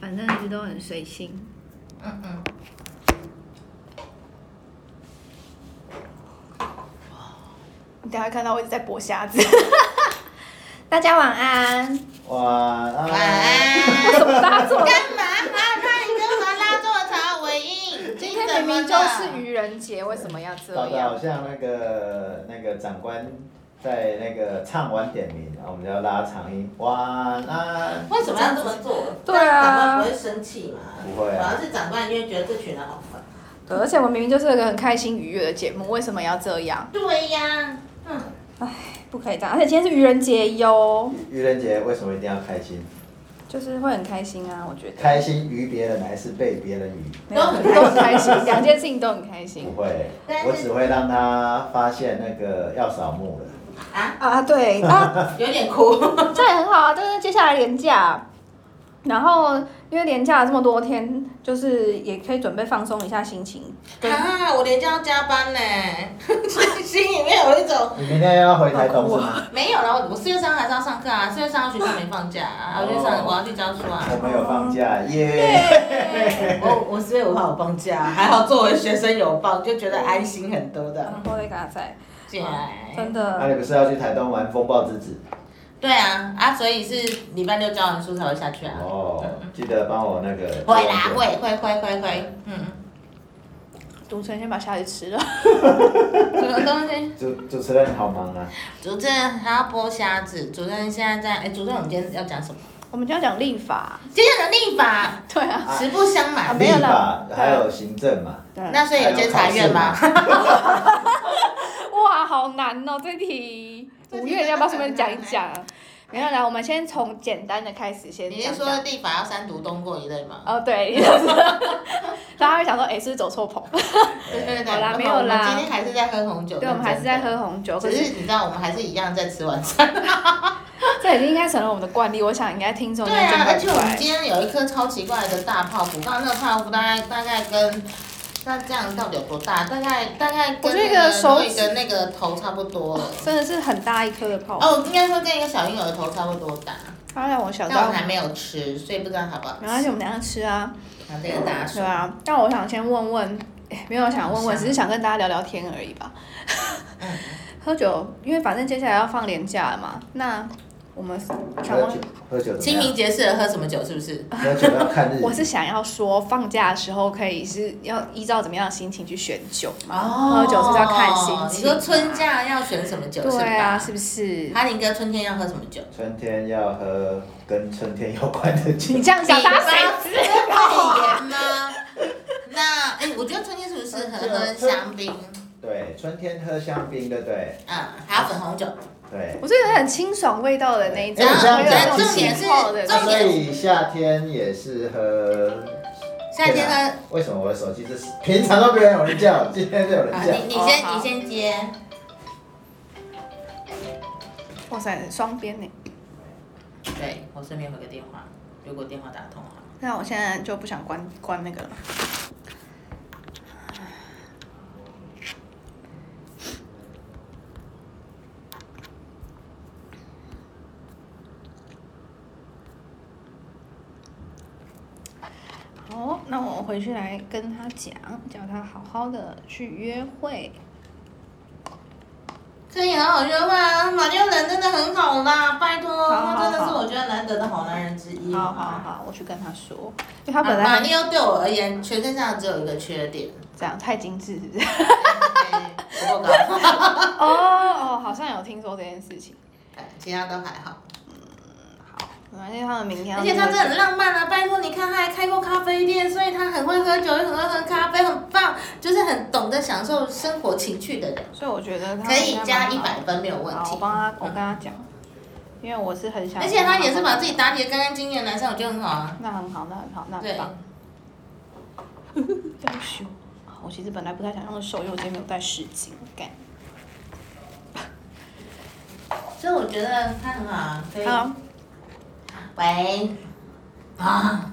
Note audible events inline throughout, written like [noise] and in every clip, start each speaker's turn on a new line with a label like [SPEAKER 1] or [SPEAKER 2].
[SPEAKER 1] 反正一直都很随性。
[SPEAKER 2] 嗯嗯。
[SPEAKER 3] 你等一下看到我一直在剥虾子。 [laughs] 大家晚安。
[SPEAKER 4] 晚安。
[SPEAKER 2] 晚安。
[SPEAKER 3] 为什么大家这么？ [laughs]
[SPEAKER 2] 干嘛啊？那你干嘛拉这么长尾音？
[SPEAKER 3] 今天明明就是愚人节，为什么要这
[SPEAKER 4] 搞得好
[SPEAKER 3] 样？
[SPEAKER 4] 像那个那个长官在那个唱完点名，然后我们就要拉长音，晚安。
[SPEAKER 2] 为什么要这么做？
[SPEAKER 3] 对啊
[SPEAKER 2] 长官不会生气嘛？
[SPEAKER 4] 不会啊
[SPEAKER 2] 反而是长官就会觉得这群人好烦。
[SPEAKER 3] 对，而且我们明明就是一个很开心愉悦的节目，为什么要这样？
[SPEAKER 2] 对呀，嗯，
[SPEAKER 3] 不可以这样，而且今天是愚人节哟，
[SPEAKER 4] 愚人节为什么一定要开心？
[SPEAKER 3] 就是会很开心啊，我觉得。
[SPEAKER 4] 开心于别人还是被别人愚？
[SPEAKER 3] 没有 [laughs] 都很开心，两件事情都很开心
[SPEAKER 4] 不会
[SPEAKER 2] 但，是
[SPEAKER 4] 我只会让他发现那个要扫墓了。
[SPEAKER 2] 啊，
[SPEAKER 3] 啊！对啊，
[SPEAKER 2] 有点哭。
[SPEAKER 3] 这也很好啊，但是接下来连假，然后因为连假这么多天，就是也可以准备放松一下心情。
[SPEAKER 2] 啊，我连假要加班呢，心里面有一种
[SPEAKER 4] 你明天要回台东是吗？
[SPEAKER 2] 没有了。我四月三还是要上课啊，四月三号学校没放假啊，我去上我要去教书啊。
[SPEAKER 4] 我没有
[SPEAKER 2] [laughs]
[SPEAKER 4] 放假，耶！
[SPEAKER 2] 我我四月五号有放假，还好作为学生有放，就觉得安心很多的。
[SPEAKER 3] 然后那个在，
[SPEAKER 2] 进来
[SPEAKER 3] 真
[SPEAKER 4] 那
[SPEAKER 2] 哎
[SPEAKER 3] 的
[SPEAKER 4] 你不是要去台东玩风暴之子？
[SPEAKER 2] 对啊，啊，所以是礼拜六交完书才会下去啊。
[SPEAKER 4] 哦，记得帮我那个。
[SPEAKER 2] 会啦，会会会会会，嗯，
[SPEAKER 3] 赌城先把虾子吃
[SPEAKER 2] [laughs]
[SPEAKER 3] 了，
[SPEAKER 2] 什么东西？
[SPEAKER 4] 主主持人好忙啊，
[SPEAKER 2] 主持人还要剥虾子，主持人现在在，哎，主持人我们今天要讲什么？
[SPEAKER 3] 我们就要讲立法，
[SPEAKER 2] 今天的立法，
[SPEAKER 3] 对啊，
[SPEAKER 2] 实不相瞒，
[SPEAKER 3] 没
[SPEAKER 4] 立
[SPEAKER 3] 有啦
[SPEAKER 4] 法还有行政嘛，
[SPEAKER 3] 那
[SPEAKER 2] 那所以有监察院吗？
[SPEAKER 3] 哇，好难哦，这题五月要不要顺便讲一讲？没有啦，我们先从简单的开始先
[SPEAKER 2] 欸你
[SPEAKER 3] 讲
[SPEAKER 2] 是
[SPEAKER 3] 讲。
[SPEAKER 2] 说立法要三读通过一类吗？
[SPEAKER 3] 哦，对， [laughs] 大家会想说，哎、是不是走错棚？
[SPEAKER 2] 对对对，
[SPEAKER 3] 好啦
[SPEAKER 2] 我们
[SPEAKER 3] 没有啦
[SPEAKER 2] 我们今天还是在喝红酒，
[SPEAKER 3] 对，我们还是在。喝红酒，可
[SPEAKER 2] 只
[SPEAKER 3] 是
[SPEAKER 2] 是你知道，我们还是一样在吃晚餐。
[SPEAKER 3] 这已经应该成了我们的惯例，我想应该听众
[SPEAKER 2] 对
[SPEAKER 3] 应该
[SPEAKER 2] 啊，而
[SPEAKER 3] 见
[SPEAKER 2] 且
[SPEAKER 3] 怪不
[SPEAKER 2] 我
[SPEAKER 3] 怪。
[SPEAKER 2] 们今天有一颗超奇怪的大泡芙，刚刚那个泡芙大概大概跟那这样到底有多大？大概大概
[SPEAKER 3] 我
[SPEAKER 2] 跟
[SPEAKER 3] 觉得
[SPEAKER 2] 那
[SPEAKER 3] 一个
[SPEAKER 2] 个
[SPEAKER 3] 手
[SPEAKER 2] 一
[SPEAKER 3] 指
[SPEAKER 2] 跟那个头差不多了。
[SPEAKER 3] 真的是很大一颗的泡芙，
[SPEAKER 2] 哦，应该说跟一个小婴儿的头差不多大，
[SPEAKER 3] 它让我想
[SPEAKER 2] 但我
[SPEAKER 3] 到
[SPEAKER 2] 们，还没有吃，所以不知道好不好
[SPEAKER 3] 没关系，我们等一下吃啊，
[SPEAKER 2] 吃。啊，这个大叔
[SPEAKER 3] 对，啊。但我想先问问，哎没有想问问，
[SPEAKER 2] 想
[SPEAKER 3] 只是想跟大家聊聊天而已吧。
[SPEAKER 2] 嗯
[SPEAKER 3] 喝酒，因为反正接下来要放年假了嘛，那我们想
[SPEAKER 4] 喝
[SPEAKER 3] 问
[SPEAKER 4] 酒喝酒怎
[SPEAKER 2] 清
[SPEAKER 4] 么
[SPEAKER 2] 明
[SPEAKER 4] 样？
[SPEAKER 2] 节适合喝什么酒？是不是？
[SPEAKER 4] 喝酒要看日
[SPEAKER 3] 我是
[SPEAKER 4] 子，
[SPEAKER 3] 想要说，放假的时候可以是要依照怎么样的心情去选酒嘛？
[SPEAKER 2] 哦
[SPEAKER 3] 喝酒是不是要看心情。啊
[SPEAKER 2] 你说春假要选什么酒是吧？
[SPEAKER 3] 对啊，是不是？
[SPEAKER 2] 哈林哥春天要喝什么酒？
[SPEAKER 4] 春天要喝跟春天有关的
[SPEAKER 2] [laughs]
[SPEAKER 4] 酒
[SPEAKER 3] 你。这样想，大家谁
[SPEAKER 2] 知道？盐吗？那哎、我觉得春天是不是适合喝香槟？
[SPEAKER 4] 对，春天喝香槟，对不对？
[SPEAKER 2] 嗯，还有粉红酒。
[SPEAKER 4] 对。
[SPEAKER 3] 我是有很清爽味道的那一种，
[SPEAKER 4] 哎我这样
[SPEAKER 3] 有那
[SPEAKER 4] 讲
[SPEAKER 3] 种
[SPEAKER 4] 重点
[SPEAKER 2] 是
[SPEAKER 3] 气泡的那
[SPEAKER 2] 重
[SPEAKER 3] 种
[SPEAKER 4] 所
[SPEAKER 2] 点
[SPEAKER 4] 以夏天也是喝。
[SPEAKER 2] 夏天
[SPEAKER 4] 天
[SPEAKER 2] 喝
[SPEAKER 4] 啊。为什么我的手机这是平常都没有人叫，今天就有人
[SPEAKER 2] 啊，
[SPEAKER 4] 叫？
[SPEAKER 2] 你你
[SPEAKER 3] 哦
[SPEAKER 2] 先、
[SPEAKER 3] 好
[SPEAKER 2] 你先接。
[SPEAKER 3] 哇塞，双边呢。
[SPEAKER 2] 对我顺便回个电话，如果电话打通了。
[SPEAKER 3] 那我现在就不想关关那个了。好，那我回去来跟他讲，叫他好好的去约会。
[SPEAKER 2] 这也很好约会啊，马六人真的很好啦，拜托，
[SPEAKER 3] 好好
[SPEAKER 2] 他真的是
[SPEAKER 3] 好
[SPEAKER 2] 我觉得难得的好男人之一。
[SPEAKER 3] 好好。好，我去跟他说，因为他
[SPEAKER 2] 他
[SPEAKER 3] 本
[SPEAKER 2] 本
[SPEAKER 3] 来
[SPEAKER 2] 来
[SPEAKER 3] 还
[SPEAKER 2] 马六对我而言，全身上只有一个缺 [laughs] 点，
[SPEAKER 3] 这样太精致，是不是？
[SPEAKER 2] 哎不够高， [laughs]
[SPEAKER 3] 哦哦，好像有听说这件事情。
[SPEAKER 2] 其他都还好。
[SPEAKER 3] 反正他们明天要
[SPEAKER 2] 而
[SPEAKER 3] 去
[SPEAKER 2] 且
[SPEAKER 3] 喝酒，
[SPEAKER 2] 他真的很浪漫啊！拜托，你看他还开过咖啡店，所以他很会喝酒，又很会喝咖啡，很棒，就是很懂得享受生活情趣的人，
[SPEAKER 3] 所以我觉得他
[SPEAKER 2] 可以加
[SPEAKER 3] 应
[SPEAKER 2] 一
[SPEAKER 3] 该蛮
[SPEAKER 2] 百分没有问
[SPEAKER 3] 好好我
[SPEAKER 2] 题。嗯
[SPEAKER 3] 帮他，我跟他讲，因为我是很想，
[SPEAKER 2] 而且他也是把自己打理的干干净净的男生，我觉得很好啊。
[SPEAKER 3] 那很好，那很好，那很
[SPEAKER 2] 对，
[SPEAKER 3] 棒。 [laughs] 要修，我其实本来不太想用手，因为我今天没有带湿巾，干。
[SPEAKER 2] 所以我觉得他很好啊。可以
[SPEAKER 3] 好，
[SPEAKER 2] 喂， [laughs] 啊，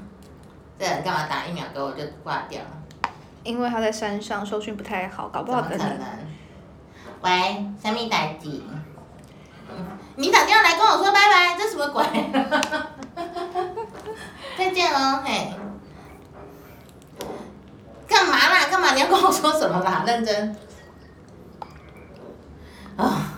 [SPEAKER 2] 这人干嘛打疫苗给我就挂掉？
[SPEAKER 3] 因为他在山上，收讯不太好，搞不
[SPEAKER 2] 怎
[SPEAKER 3] 好
[SPEAKER 2] 么可
[SPEAKER 3] 等
[SPEAKER 2] 能
[SPEAKER 3] 你。？
[SPEAKER 2] 喂，什么代志？ [laughs] 嗯你打电话来跟我说拜拜，这什么鬼？再见哦，嘿。干嘛啦？干嘛？你要跟我说什么啦？认真。啊、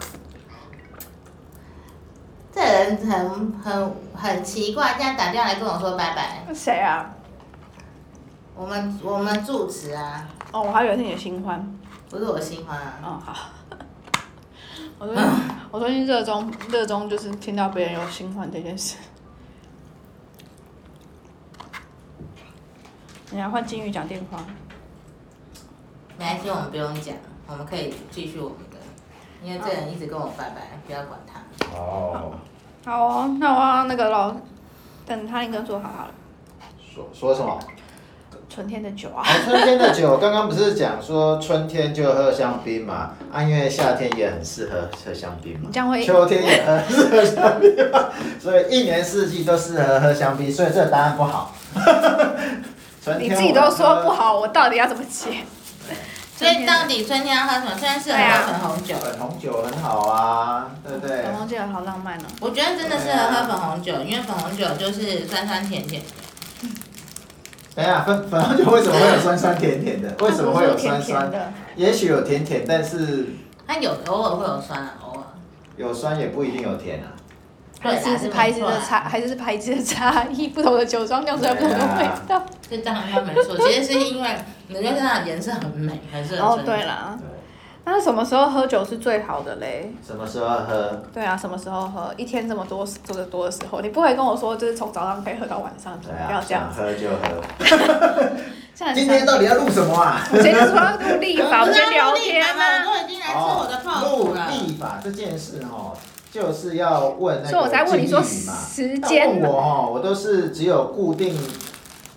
[SPEAKER 2] 这人很很很奇怪，这样打电话来跟我说拜拜。
[SPEAKER 3] 谁啊？
[SPEAKER 2] 我们我们住持啊，
[SPEAKER 3] 哦，我还以为是你的新欢。
[SPEAKER 2] 不是我新欢啊。
[SPEAKER 3] 哦，好。 [laughs] 我最近我最近热衷热衷就是听到别人有新欢这件事。你要换金鱼讲电话，
[SPEAKER 2] 没关系，我们不用讲，我们可以继续我们的，因为这人一直跟我拜拜，不要管他。
[SPEAKER 3] 嗯
[SPEAKER 4] 哦，
[SPEAKER 3] 好哦，那我要那个咯，等他一个做好好了，
[SPEAKER 4] 说说什
[SPEAKER 2] 哦
[SPEAKER 4] 么？
[SPEAKER 3] 纯天的酒啊，
[SPEAKER 4] 哦春天的酒，刚刚不是讲说春天就喝香槟嘛？啊，因为夏天也很适合喝香槟嘛
[SPEAKER 3] 你。这样会
[SPEAKER 4] 秋天也很 [laughs] 适合香槟嘛，所以一年四季都适合喝香槟，所以这个答案不好。 [laughs] 春
[SPEAKER 3] 你
[SPEAKER 4] 天
[SPEAKER 3] 自己都说不好，我到底要怎么接？
[SPEAKER 2] [laughs] 所以到底春天要喝什么？虽然是合
[SPEAKER 3] 啊
[SPEAKER 2] 喝粉红酒
[SPEAKER 4] 我，喝粉红酒很好啊，对不对？
[SPEAKER 3] 小红这个好浪漫哦，
[SPEAKER 2] 我觉得真的适合喝粉红酒，因为粉红酒就是酸酸甜甜。
[SPEAKER 4] 等一下，粉粉红酒为什么会有酸酸
[SPEAKER 3] [laughs]
[SPEAKER 4] 甜甜的？为什么会有酸酸
[SPEAKER 3] 甜甜？的？
[SPEAKER 4] 也许有甜甜，但是
[SPEAKER 2] 它有偶尔会有酸啊，偶尔。
[SPEAKER 4] 有酸也不一定有甜啊。
[SPEAKER 2] 对啦
[SPEAKER 3] 还是是牌子
[SPEAKER 2] 啊
[SPEAKER 3] 的差，，还是是牌子的差异，不同的酒庄酿出来不同的味道。
[SPEAKER 2] 这当然他没错，其实是因为你觉得它的颜色很美，还是
[SPEAKER 3] 哦，
[SPEAKER 2] 很
[SPEAKER 3] 对啦，
[SPEAKER 4] 对，
[SPEAKER 3] 那什么时候喝酒是最好的嘞？
[SPEAKER 4] 什么时候喝？
[SPEAKER 3] 对啊，什么时候喝？一天这么多这么多的时候，你不可以跟我说就是从早上可以喝到晚上，不
[SPEAKER 4] 对啊，
[SPEAKER 3] 要这样
[SPEAKER 4] 想
[SPEAKER 3] 子。
[SPEAKER 4] 喝就喝。
[SPEAKER 3] 现在
[SPEAKER 4] 今天到底要录什么啊？
[SPEAKER 3] 我今天就说要录立法，我们先聊天
[SPEAKER 2] 吗？
[SPEAKER 3] 啊。
[SPEAKER 2] 我都已经来吃我的泡芙了
[SPEAKER 4] 哦。立法这件事哦，就是要问那
[SPEAKER 3] 所以我才
[SPEAKER 4] 个
[SPEAKER 3] 问
[SPEAKER 4] 禁
[SPEAKER 3] 你
[SPEAKER 4] 欲
[SPEAKER 3] 说
[SPEAKER 4] 嘛。
[SPEAKER 3] 时
[SPEAKER 4] 但问
[SPEAKER 3] 间，
[SPEAKER 4] 我哦，我都是只有固定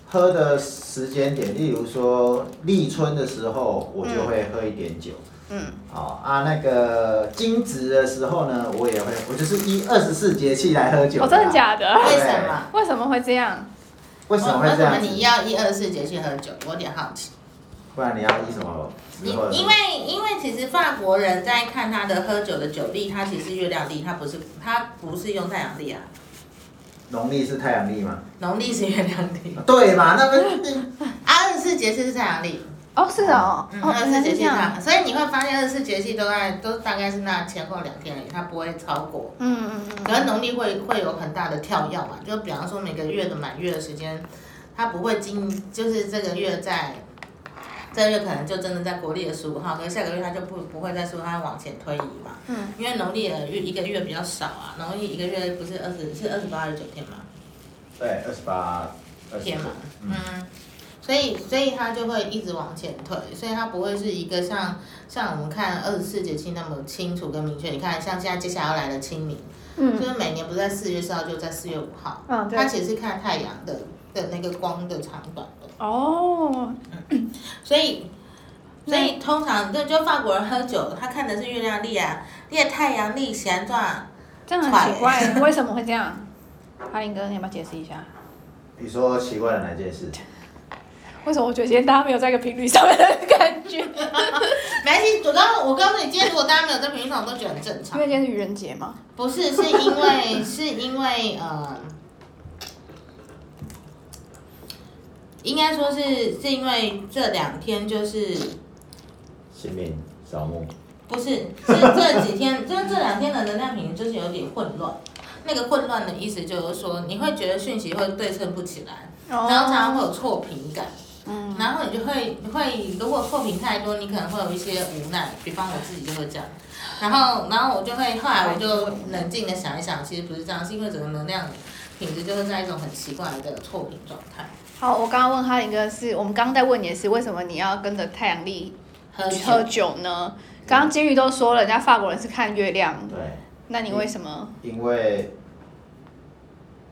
[SPEAKER 4] 喝的时间点，例如说立春的时候，我就会喝一点酒。
[SPEAKER 3] 嗯，
[SPEAKER 4] 哦啊，那个惊蛰的时候呢，我也会，我就是一二十四节气来喝酒。
[SPEAKER 3] 哦，真的？假的？
[SPEAKER 2] 为什么？
[SPEAKER 3] 为什么会这样？
[SPEAKER 4] 为什么会这样
[SPEAKER 2] 哦为什么你
[SPEAKER 4] 子？
[SPEAKER 2] 要一二四节气喝酒？我有点好奇。
[SPEAKER 4] 不然你要一什么
[SPEAKER 2] 你
[SPEAKER 4] 时候呢？
[SPEAKER 2] 因为因为其实法国人在看他的喝酒的酒历，它其实是月亮历，它不是它不是用太阳历啊，
[SPEAKER 4] 农历是太阳历嘛？
[SPEAKER 2] 农历是月亮历。
[SPEAKER 4] 对嘛？那
[SPEAKER 3] 嗯
[SPEAKER 4] 么
[SPEAKER 2] 啊，二十四节气是太阳历，
[SPEAKER 3] 哦，是的哦，
[SPEAKER 2] 嗯，
[SPEAKER 3] 哦
[SPEAKER 2] 二，十
[SPEAKER 3] 原
[SPEAKER 2] 四
[SPEAKER 3] 来是
[SPEAKER 2] 节
[SPEAKER 3] 这
[SPEAKER 2] 气是
[SPEAKER 3] 样。
[SPEAKER 2] 它，所以你会发现二十四节气都在都大概是那前后两天而已，它不会超过。
[SPEAKER 3] 嗯嗯嗯，
[SPEAKER 2] 可是农历会会有很大的跳跃嘛，就比方说每个月的满月的时间，它不会经，就是这个月在，这个月可能就真的在国历的十五号，可是下个月它就不不会再说它往前推移嘛。
[SPEAKER 3] 嗯。
[SPEAKER 2] 因为农历的月一个月比较少啊，农历一个月不是二十是二十八还是九天嘛，
[SPEAKER 4] 对，二十八，二十
[SPEAKER 2] 天嘛，
[SPEAKER 4] 嗯
[SPEAKER 2] 嗯。所以，所以它就会一直往前推，所以它不会是一个像像我们看二十四节气那么清楚跟明确。你看，像现在接下来要来的清明，就
[SPEAKER 3] 嗯
[SPEAKER 2] 是每年不在四月四号，就在四月五号。
[SPEAKER 3] 嗯，对
[SPEAKER 2] 它。其实是看太阳的的那个光的长短的，
[SPEAKER 3] 哦，
[SPEAKER 2] 所以所以通常就就法国人喝酒，他看的是月亮历啊，你的太阳历显转，
[SPEAKER 3] 这样很奇怪，为什么会这样？阿林哥，你要不要解释一下？
[SPEAKER 4] 你说奇怪的哪件事？
[SPEAKER 3] 为什么我觉得今天大家没有在一个频率上面的感觉？
[SPEAKER 2] 没关系。我告诉我告诉你，今天如果大家没有在平常，我都觉得很正
[SPEAKER 3] 因
[SPEAKER 2] 常
[SPEAKER 3] 为。今天是愚人节嘛。
[SPEAKER 2] [laughs] 不是，是因为是因为呃，应该说是是因为这两天就是
[SPEAKER 4] 清明扫墓。
[SPEAKER 2] 不是，是这几天，就是这两天的能量平就是有点混乱。那个混乱的意思就是说，你会觉得讯息会对称不起来，
[SPEAKER 4] 哦
[SPEAKER 2] 然后常常会有错频感，
[SPEAKER 3] 哦嗯，
[SPEAKER 2] 然后你就会会如果错频太多，你可能会有一些无奈。比方我自己就会这样，然后然后我就会后来我就冷静的想一想，其实不是这样，是因为整个能量品质就是在一种很奇怪的错频状态。
[SPEAKER 3] 好，我刚刚问哈林哥是，我们刚刚在问也是，为什么你要跟着太阳历
[SPEAKER 2] 喝
[SPEAKER 3] 喝
[SPEAKER 2] 酒，
[SPEAKER 3] 酒呢？刚刚金鱼都说了，人家法国人是看月亮，
[SPEAKER 4] 对，
[SPEAKER 3] 那你为什么？
[SPEAKER 4] 因为，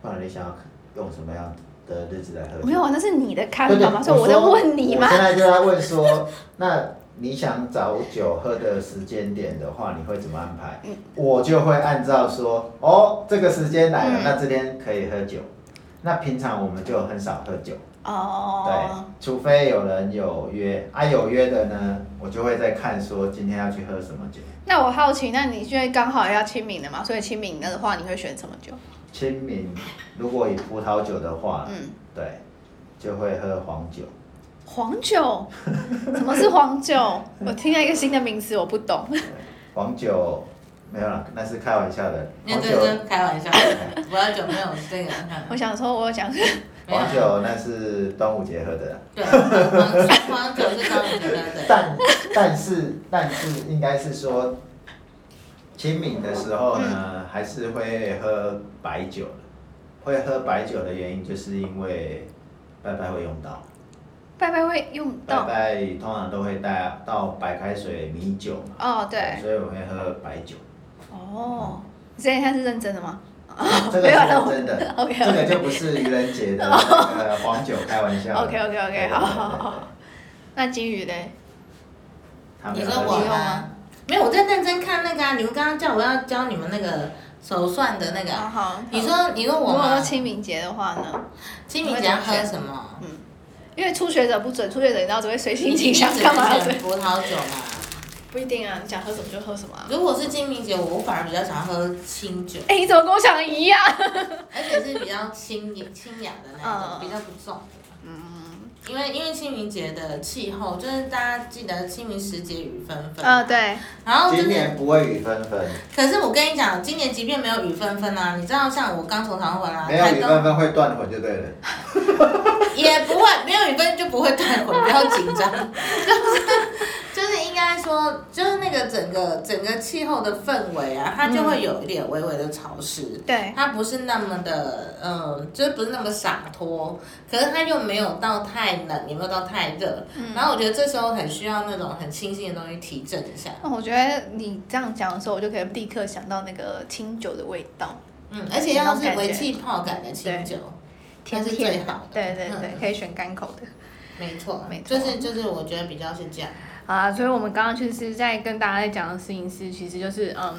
[SPEAKER 4] 不然你想要用什么样的日子来喝酒？
[SPEAKER 3] 没有啊，那是你的看
[SPEAKER 4] 嗯对对
[SPEAKER 3] 法嘛，所以我在
[SPEAKER 4] 说
[SPEAKER 3] 问你嘛
[SPEAKER 4] 我。现在就在问说，那你想找酒喝的时间点的话，你会怎么安排？我就会按照说，哦，这个时间来了，
[SPEAKER 3] 嗯
[SPEAKER 4] 那这边可以喝酒。那平常我们就很少喝酒，对
[SPEAKER 3] 哦，，
[SPEAKER 4] 除非有人有约啊，有约的呢，我就会再看说今天要去喝什么酒。
[SPEAKER 3] 那我好奇，那你现在刚好要清明了嘛，所以清明的话，你会选什么酒？
[SPEAKER 4] 清明如果以葡萄酒的话，
[SPEAKER 3] 嗯，
[SPEAKER 4] 对，就会喝黄酒。
[SPEAKER 3] 黄
[SPEAKER 4] [laughs]
[SPEAKER 3] 酒，什么是黄酒？我听了一个新的名词，我不懂。
[SPEAKER 4] 黄酒没有啦，那是开玩笑的。
[SPEAKER 2] 那
[SPEAKER 4] 黄
[SPEAKER 2] 这
[SPEAKER 4] 酒，
[SPEAKER 2] 是开玩笑，葡萄酒没有这个，
[SPEAKER 3] 我想说，我想，
[SPEAKER 2] 没有
[SPEAKER 4] 黄酒那是端午节喝的啦。
[SPEAKER 2] 对， [laughs] 嗯黄黄酒是高级的，对。
[SPEAKER 4] 但但是但是应该是说，清明的时候
[SPEAKER 2] 嗯
[SPEAKER 4] 呢，还是会喝白酒的。会喝白酒的原因，就是因为拜拜会用到，
[SPEAKER 3] 拜拜会用
[SPEAKER 4] 拜
[SPEAKER 3] 到
[SPEAKER 4] 拜通常都会带到白开水、米酒嘛，
[SPEAKER 3] 哦，对，
[SPEAKER 4] 所以我会喝白酒。
[SPEAKER 3] 哦，这一下是认真的吗？ [laughs]
[SPEAKER 4] 这
[SPEAKER 3] 没
[SPEAKER 4] 个
[SPEAKER 3] 有
[SPEAKER 4] 是
[SPEAKER 3] 了我
[SPEAKER 4] 真的，
[SPEAKER 3] [laughs] OK，OK
[SPEAKER 4] 这个就不是愚人
[SPEAKER 3] [laughs]
[SPEAKER 4] 节的那个黄酒开玩笑的。
[SPEAKER 3] OK，OK，OK，
[SPEAKER 4] 对对对对
[SPEAKER 3] 好好好那金鱼嘞？
[SPEAKER 4] 他没
[SPEAKER 2] 你
[SPEAKER 4] 有
[SPEAKER 2] 说
[SPEAKER 4] 喝
[SPEAKER 2] 我
[SPEAKER 4] 酒
[SPEAKER 3] 用
[SPEAKER 2] 吗
[SPEAKER 3] 吗？
[SPEAKER 2] 没有，我在认真看那个啊。你们刚刚叫我要教你们那个手算的那个
[SPEAKER 3] 好
[SPEAKER 2] 啊。
[SPEAKER 3] 好，
[SPEAKER 2] 你说你说
[SPEAKER 3] 如果
[SPEAKER 2] 我
[SPEAKER 3] 说
[SPEAKER 2] 吗？
[SPEAKER 3] 清明节的话呢？
[SPEAKER 2] 清明节要喝什么？
[SPEAKER 3] 因为初学者不准，初学者你知道只会随心情
[SPEAKER 2] 你
[SPEAKER 3] 想干 [laughs] 嘛要随
[SPEAKER 2] 选葡萄酒嘛。
[SPEAKER 3] 不一定啊，你想喝什么就喝什么啊。
[SPEAKER 2] 如果是清明节，我反而比较想喝清酒，
[SPEAKER 3] 哎、你怎么跟我想的一样？
[SPEAKER 2] 而且是比较清清雅的那种，
[SPEAKER 3] 嗯
[SPEAKER 2] 比较不重的。因为因为清明节的气候，就是大家记得清明时节雨纷纷。
[SPEAKER 3] 啊，。对，
[SPEAKER 2] 然后就
[SPEAKER 4] 今
[SPEAKER 2] 是，
[SPEAKER 4] 年不会雨纷纷，
[SPEAKER 2] 可是我跟你讲，今年即便没有雨纷纷啊，你知道，像我刚从台湾回来，
[SPEAKER 4] 没有
[SPEAKER 2] 台
[SPEAKER 4] 雨
[SPEAKER 2] 东
[SPEAKER 4] 纷纷会断魂就对了。
[SPEAKER 2] 也不会，没有雨分就不会断魂，不要紧张。就是 [laughs] 就是应该说，就是那个整个整个气候的氛围啊，它就会有一点微微的潮湿。
[SPEAKER 3] 嗯对，
[SPEAKER 2] 它不是那么的，嗯，就是不是那么洒脱，可是它又没有到太冷，也没有到太热。
[SPEAKER 3] 嗯
[SPEAKER 2] 然后我觉得这时候很需要那种很清新的东西提振一下。
[SPEAKER 3] 那我觉得你这样讲的时候，我就可以立刻想到那个清酒的味道，
[SPEAKER 2] 嗯，而且要
[SPEAKER 3] 那
[SPEAKER 2] 是
[SPEAKER 3] 种感觉
[SPEAKER 2] 微气泡感的清酒，那
[SPEAKER 3] 甜
[SPEAKER 2] 是
[SPEAKER 3] 甜
[SPEAKER 2] 最好的。
[SPEAKER 3] [laughs] 对对对
[SPEAKER 2] 嗯，
[SPEAKER 3] 可以选干口的。
[SPEAKER 2] 没错，
[SPEAKER 3] 没错
[SPEAKER 2] 就是就是，我觉得比较是这样。
[SPEAKER 3] 好啊，所以我们刚刚就是在跟大家在讲的事情是，其实就是嗯，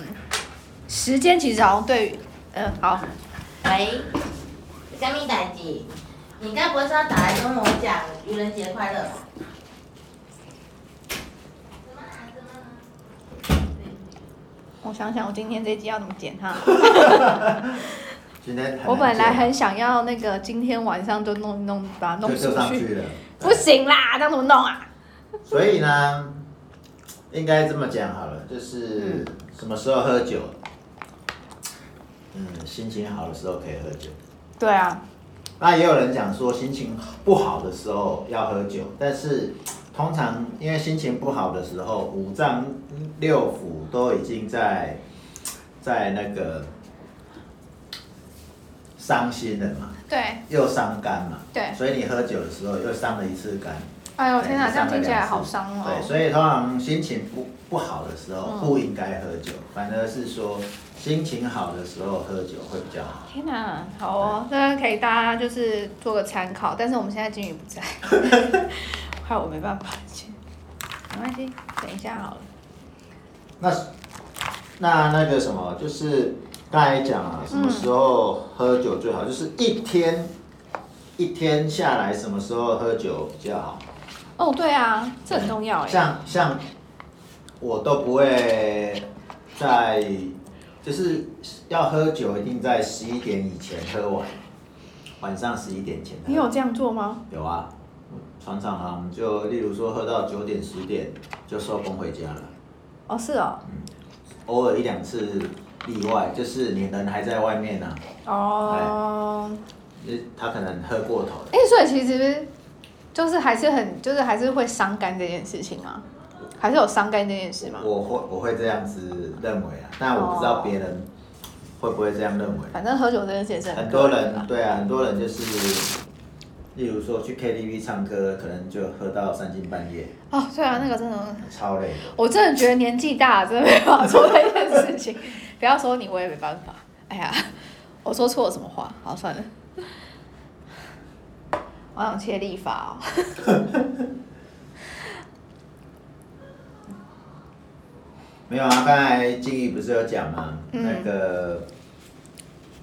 [SPEAKER 3] 时间其实好像对于，嗯，好，
[SPEAKER 2] 喂，虾米代志？你该不会是要打来跟我讲愚人节快乐吧？
[SPEAKER 3] 我想想，我今天这一集要怎么剪它？
[SPEAKER 4] 今天很难
[SPEAKER 3] [laughs] 我本来
[SPEAKER 4] 见
[SPEAKER 3] 很想要那个今天晚上就弄一弄，把它弄
[SPEAKER 4] 就
[SPEAKER 3] 出
[SPEAKER 4] 就上
[SPEAKER 3] 去，
[SPEAKER 4] 去了，
[SPEAKER 3] 不行啦，这样怎么弄啊？
[SPEAKER 4] 所以呢，应该这么讲好了，
[SPEAKER 3] 嗯
[SPEAKER 4] 就是什么时候喝酒，嗯，心情好的时候可以喝酒。
[SPEAKER 3] 对啊，
[SPEAKER 4] 那也有人讲说，心情不好的时候要喝酒，但是通常因为心情不好的时候，五脏六腑都已经在在那个伤心了嘛，
[SPEAKER 3] 对，
[SPEAKER 4] 又伤肝嘛，
[SPEAKER 3] 对
[SPEAKER 4] 所以你喝酒的时候又伤了一次肝。
[SPEAKER 3] 哎呦天哪，
[SPEAKER 4] 对
[SPEAKER 3] 这样听起来好
[SPEAKER 4] 伤
[SPEAKER 3] 伤
[SPEAKER 4] 了两
[SPEAKER 3] 哦。
[SPEAKER 4] 次对，所以通常心情不不好的时候
[SPEAKER 3] 嗯
[SPEAKER 4] 不应该喝酒，反而是说心情好的时候喝酒会比较好。
[SPEAKER 3] 天哪，好哦，那可以大家就是做个参考，但是我们现在金鱼不
[SPEAKER 4] [laughs]
[SPEAKER 3] 在，害我没办法去，没关系，等一下好了。
[SPEAKER 4] 那那那个什么，就是刚才讲啊，什么
[SPEAKER 3] 嗯
[SPEAKER 4] 时候喝酒最好？就是一天一天下来，什么时候喝酒比较好？
[SPEAKER 3] 哦，对啊，这很重要哎。
[SPEAKER 4] 像像我都不会在，就是要喝酒一定在十一点以前喝完，晚上十一点前喝完。
[SPEAKER 3] 你有这样做吗？
[SPEAKER 4] 有啊，常常啊，我们就例如说喝到九点十点就收工回家了，
[SPEAKER 3] 哦，是哦，
[SPEAKER 4] 偶尔一两次例外，就是你人还在外面呢、啊，
[SPEAKER 3] 哦，
[SPEAKER 4] 就是他可能喝过头了。
[SPEAKER 3] 哎，所以其实就是还是很，就是还是会伤肝这件事情啊，还是有伤肝这件事嘛。
[SPEAKER 4] 我会我会这样子认为啊，但我不知道别人会不会这样认为。
[SPEAKER 3] 反正喝酒这件事也是
[SPEAKER 4] 很
[SPEAKER 3] 个
[SPEAKER 4] 多
[SPEAKER 3] 人的
[SPEAKER 4] 人
[SPEAKER 3] 啦。
[SPEAKER 4] 对啊，很多人就是，例如说去 KTV 唱歌，可能就喝到三更半夜，
[SPEAKER 3] 哦，对啊，那个真的，
[SPEAKER 4] 超累的。
[SPEAKER 3] 我真的觉得年纪大了真的没办法做这件事情。 [laughs] 不要说你，我也没办法。哎呀，我说错了什么话？好，算了。我想切立法哦。
[SPEAKER 4] 没有啊，刚才金宇不是有讲吗？那个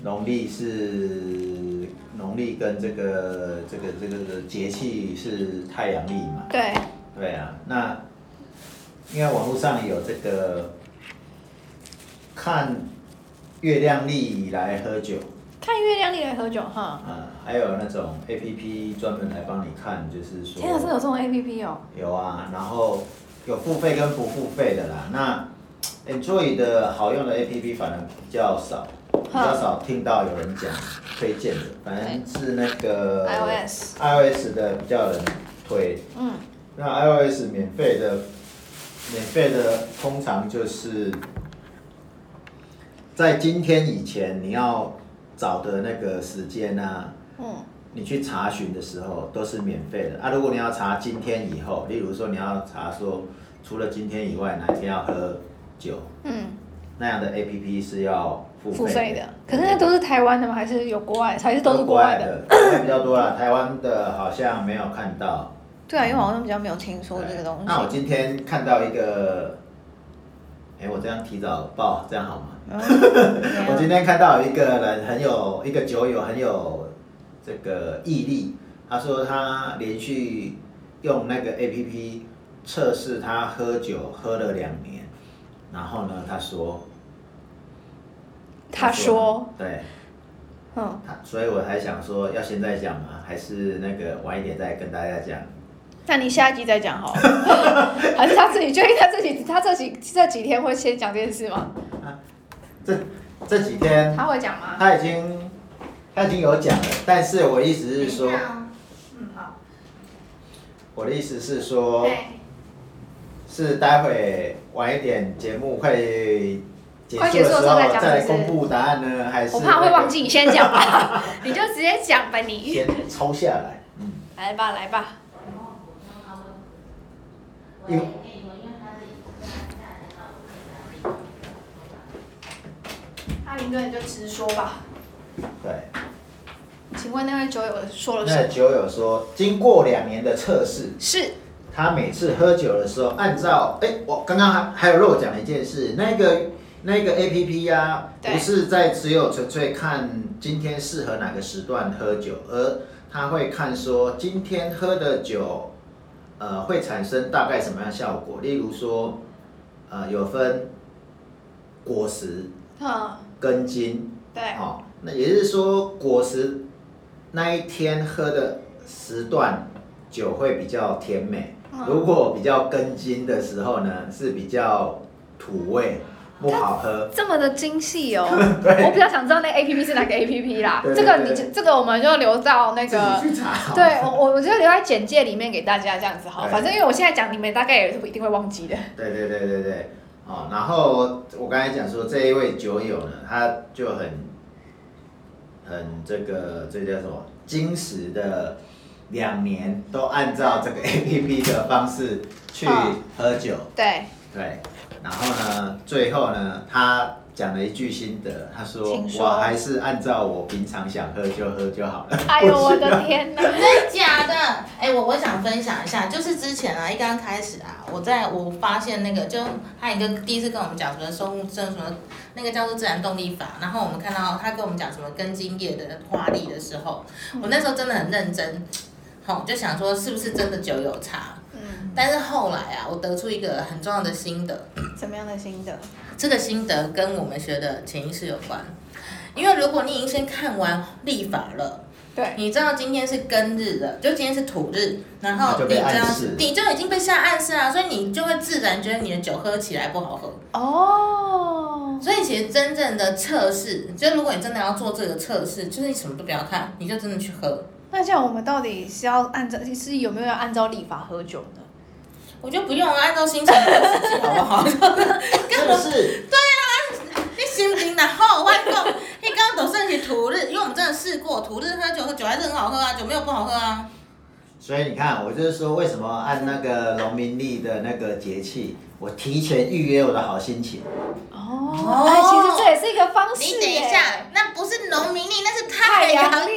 [SPEAKER 4] 农历是农历跟这个这个这个这个节气是太阳历嘛？
[SPEAKER 3] 对，
[SPEAKER 4] 对啊，那因为网络上有这个看月亮历来喝酒，
[SPEAKER 3] 看月亮历来喝酒哈。
[SPEAKER 4] 啊，还有那种 A P P 专门来帮你看，就是说
[SPEAKER 3] 天啊，是有这种 A P P 哦。
[SPEAKER 4] 有啊，然后有付费跟不付费的啦。那 Enjoy 的好用的 A P P 反而比较少，比较少听到有人讲推荐的，反正是那个
[SPEAKER 3] iOS
[SPEAKER 4] iOS 的比较有人推。
[SPEAKER 3] 嗯，
[SPEAKER 4] 那 iOS 免费的，免费的通常就是在今天以前你要找的那个时间啊，
[SPEAKER 3] 嗯，
[SPEAKER 4] 你去查询的时候都是免费的啊。如果你要查今天以后，例如说你要查说除了今天以外哪一天要喝酒，
[SPEAKER 3] 嗯，
[SPEAKER 4] 那样的 A P P 是要付
[SPEAKER 3] 付
[SPEAKER 4] 费
[SPEAKER 3] 费的。可是那都是台湾的吗？还是有国外？还是都是
[SPEAKER 4] 国
[SPEAKER 3] 国外的？
[SPEAKER 4] 的，国外比较多啦，台湾的好像没有看到。
[SPEAKER 3] 对啊，因为好像比较没有听说这个东西。
[SPEAKER 4] 那我今天看到一个，哎、我这样提早报这样好吗？
[SPEAKER 3] 嗯
[SPEAKER 4] 我今天看到有一个人很有一个酒友很有这个毅力，他说他连续用那个 A P P 测试他喝酒喝了两年，然后呢，他说，
[SPEAKER 3] 他说，，
[SPEAKER 4] 对，
[SPEAKER 3] 嗯，
[SPEAKER 4] 他，所以我还想说要现在讲吗？还是那个晚一点再跟大家讲？
[SPEAKER 3] 那你下一集再讲好了，
[SPEAKER 4] [laughs]
[SPEAKER 3] 还是他自己？确定他自己，他这几这几天会先讲这件事吗？
[SPEAKER 4] 这这几天
[SPEAKER 3] 他会讲吗？
[SPEAKER 4] 他已经他已经有讲了，但是我意思是说，
[SPEAKER 3] 嗯，好。
[SPEAKER 4] 我的意思是说，
[SPEAKER 3] 哎
[SPEAKER 4] 是待会晚一点节目快结束
[SPEAKER 3] 快结束的
[SPEAKER 4] 的
[SPEAKER 3] 时
[SPEAKER 4] 时
[SPEAKER 3] 候
[SPEAKER 4] 候
[SPEAKER 3] 再讲
[SPEAKER 4] 再
[SPEAKER 3] 是不是
[SPEAKER 4] 公布答案呢，还是
[SPEAKER 3] 我怕会忘记，你先讲吧， [laughs] 你就直接讲吧，你
[SPEAKER 4] 先抄下来。嗯，
[SPEAKER 3] 来吧，来吧。
[SPEAKER 4] 因
[SPEAKER 3] 阿林哥，你就直说吧。
[SPEAKER 4] 对，
[SPEAKER 3] 请问那位酒友说了什
[SPEAKER 4] 那
[SPEAKER 3] 么？
[SPEAKER 4] 酒友说，经过两年的测试，
[SPEAKER 3] 是，
[SPEAKER 4] 他每次喝酒的时候，按照哎、我刚刚还还有漏讲了一件事，那个那个 A P P 呀，
[SPEAKER 3] 对
[SPEAKER 4] 不是在只有纯粹看今天适合哪个时段喝酒，而他会看说今天喝的酒，呃，会产生大概什么样的效果？例如说，呃，有分果实、
[SPEAKER 3] 嗯，
[SPEAKER 4] 根茎、
[SPEAKER 3] 对，
[SPEAKER 4] 哦，那也就是说果实那一天喝的时段酒会比较甜美，
[SPEAKER 3] 嗯
[SPEAKER 4] 如果比较根茎的时候呢，是比较土味，不好喝。
[SPEAKER 3] 这么的精细
[SPEAKER 4] [laughs]
[SPEAKER 3] 哦。我比较想知道那 A P P 是哪个 A P P 啦。
[SPEAKER 4] 对
[SPEAKER 3] 这
[SPEAKER 4] 对
[SPEAKER 3] 个
[SPEAKER 4] 对
[SPEAKER 3] 你就这个我们就留到那
[SPEAKER 4] 自
[SPEAKER 3] 个
[SPEAKER 4] 己去查好。
[SPEAKER 3] 对我我我就留在简介里面给大家这样子好，
[SPEAKER 4] 对
[SPEAKER 3] 反正因为我现在讲，你们大概也是一定会忘
[SPEAKER 4] [laughs]
[SPEAKER 3] 记的。
[SPEAKER 4] 对对对对对，哦，然后我刚才讲说这一位酒友呢，他就很很这个这叫什么金石的两年都按照这个 A P P 的方式去
[SPEAKER 3] 嗯
[SPEAKER 4] 喝酒。
[SPEAKER 3] 对，
[SPEAKER 4] 对，然后呢，最后呢，他讲了一句心得，他说
[SPEAKER 3] 请：“说
[SPEAKER 4] 我还是按照我平常想喝就喝就好了。”
[SPEAKER 3] [laughs] 哎呦我的天哪！
[SPEAKER 2] 真假的？哎、我我想分享一下，就是之前啊，一刚开始啊，我在我发现那个，就他一个第一次跟我们讲什么生物证什么，那个叫做自然动力法，然后我们看到他跟我们讲什么根茎叶的花力的时候，我那时候真的很认真，吼、就想说是不是真的酒有差？
[SPEAKER 3] 嗯，
[SPEAKER 2] 但是后来啊，我得出一个很重要的心得，
[SPEAKER 3] 怎么样的心得？
[SPEAKER 2] 这个心得跟我们学的潜意识有关，因为如果你已经先看完历法了。
[SPEAKER 3] 对，
[SPEAKER 2] 你知道今天是庚日的，就今天是土日，然后
[SPEAKER 4] 就
[SPEAKER 2] 你
[SPEAKER 4] 被
[SPEAKER 2] 知道
[SPEAKER 4] 暗示
[SPEAKER 2] 你就已经被下暗示啊，所以你就会自然觉得你的酒喝起来不好喝。
[SPEAKER 3] 哦，
[SPEAKER 2] 所以其实真正的测试，就如果你真的要做这个测试，就是你什么都不要看，你就真的去喝。
[SPEAKER 3] 那这样我们到底是要按照是有没有要按照立法喝酒呢？
[SPEAKER 2] 我就不用啊按照心情喝自己好不好？ [laughs]
[SPEAKER 4] 真的是，
[SPEAKER 2] 你心情然后外公，你刚刚都剩起土日，因为我们真的试过土日喝酒，喝酒还是很好喝啊，酒没有不好喝啊。
[SPEAKER 4] 所以你看，我就是说，为什么按那个农民历的那个节气，我提前预约我的好心情。
[SPEAKER 3] 哦，哎，其实这也是一个方式
[SPEAKER 2] 你
[SPEAKER 3] 耶。
[SPEAKER 2] 等一下，那不是农民历，那是
[SPEAKER 3] 太
[SPEAKER 2] 太
[SPEAKER 3] 阳
[SPEAKER 2] 阳
[SPEAKER 3] 历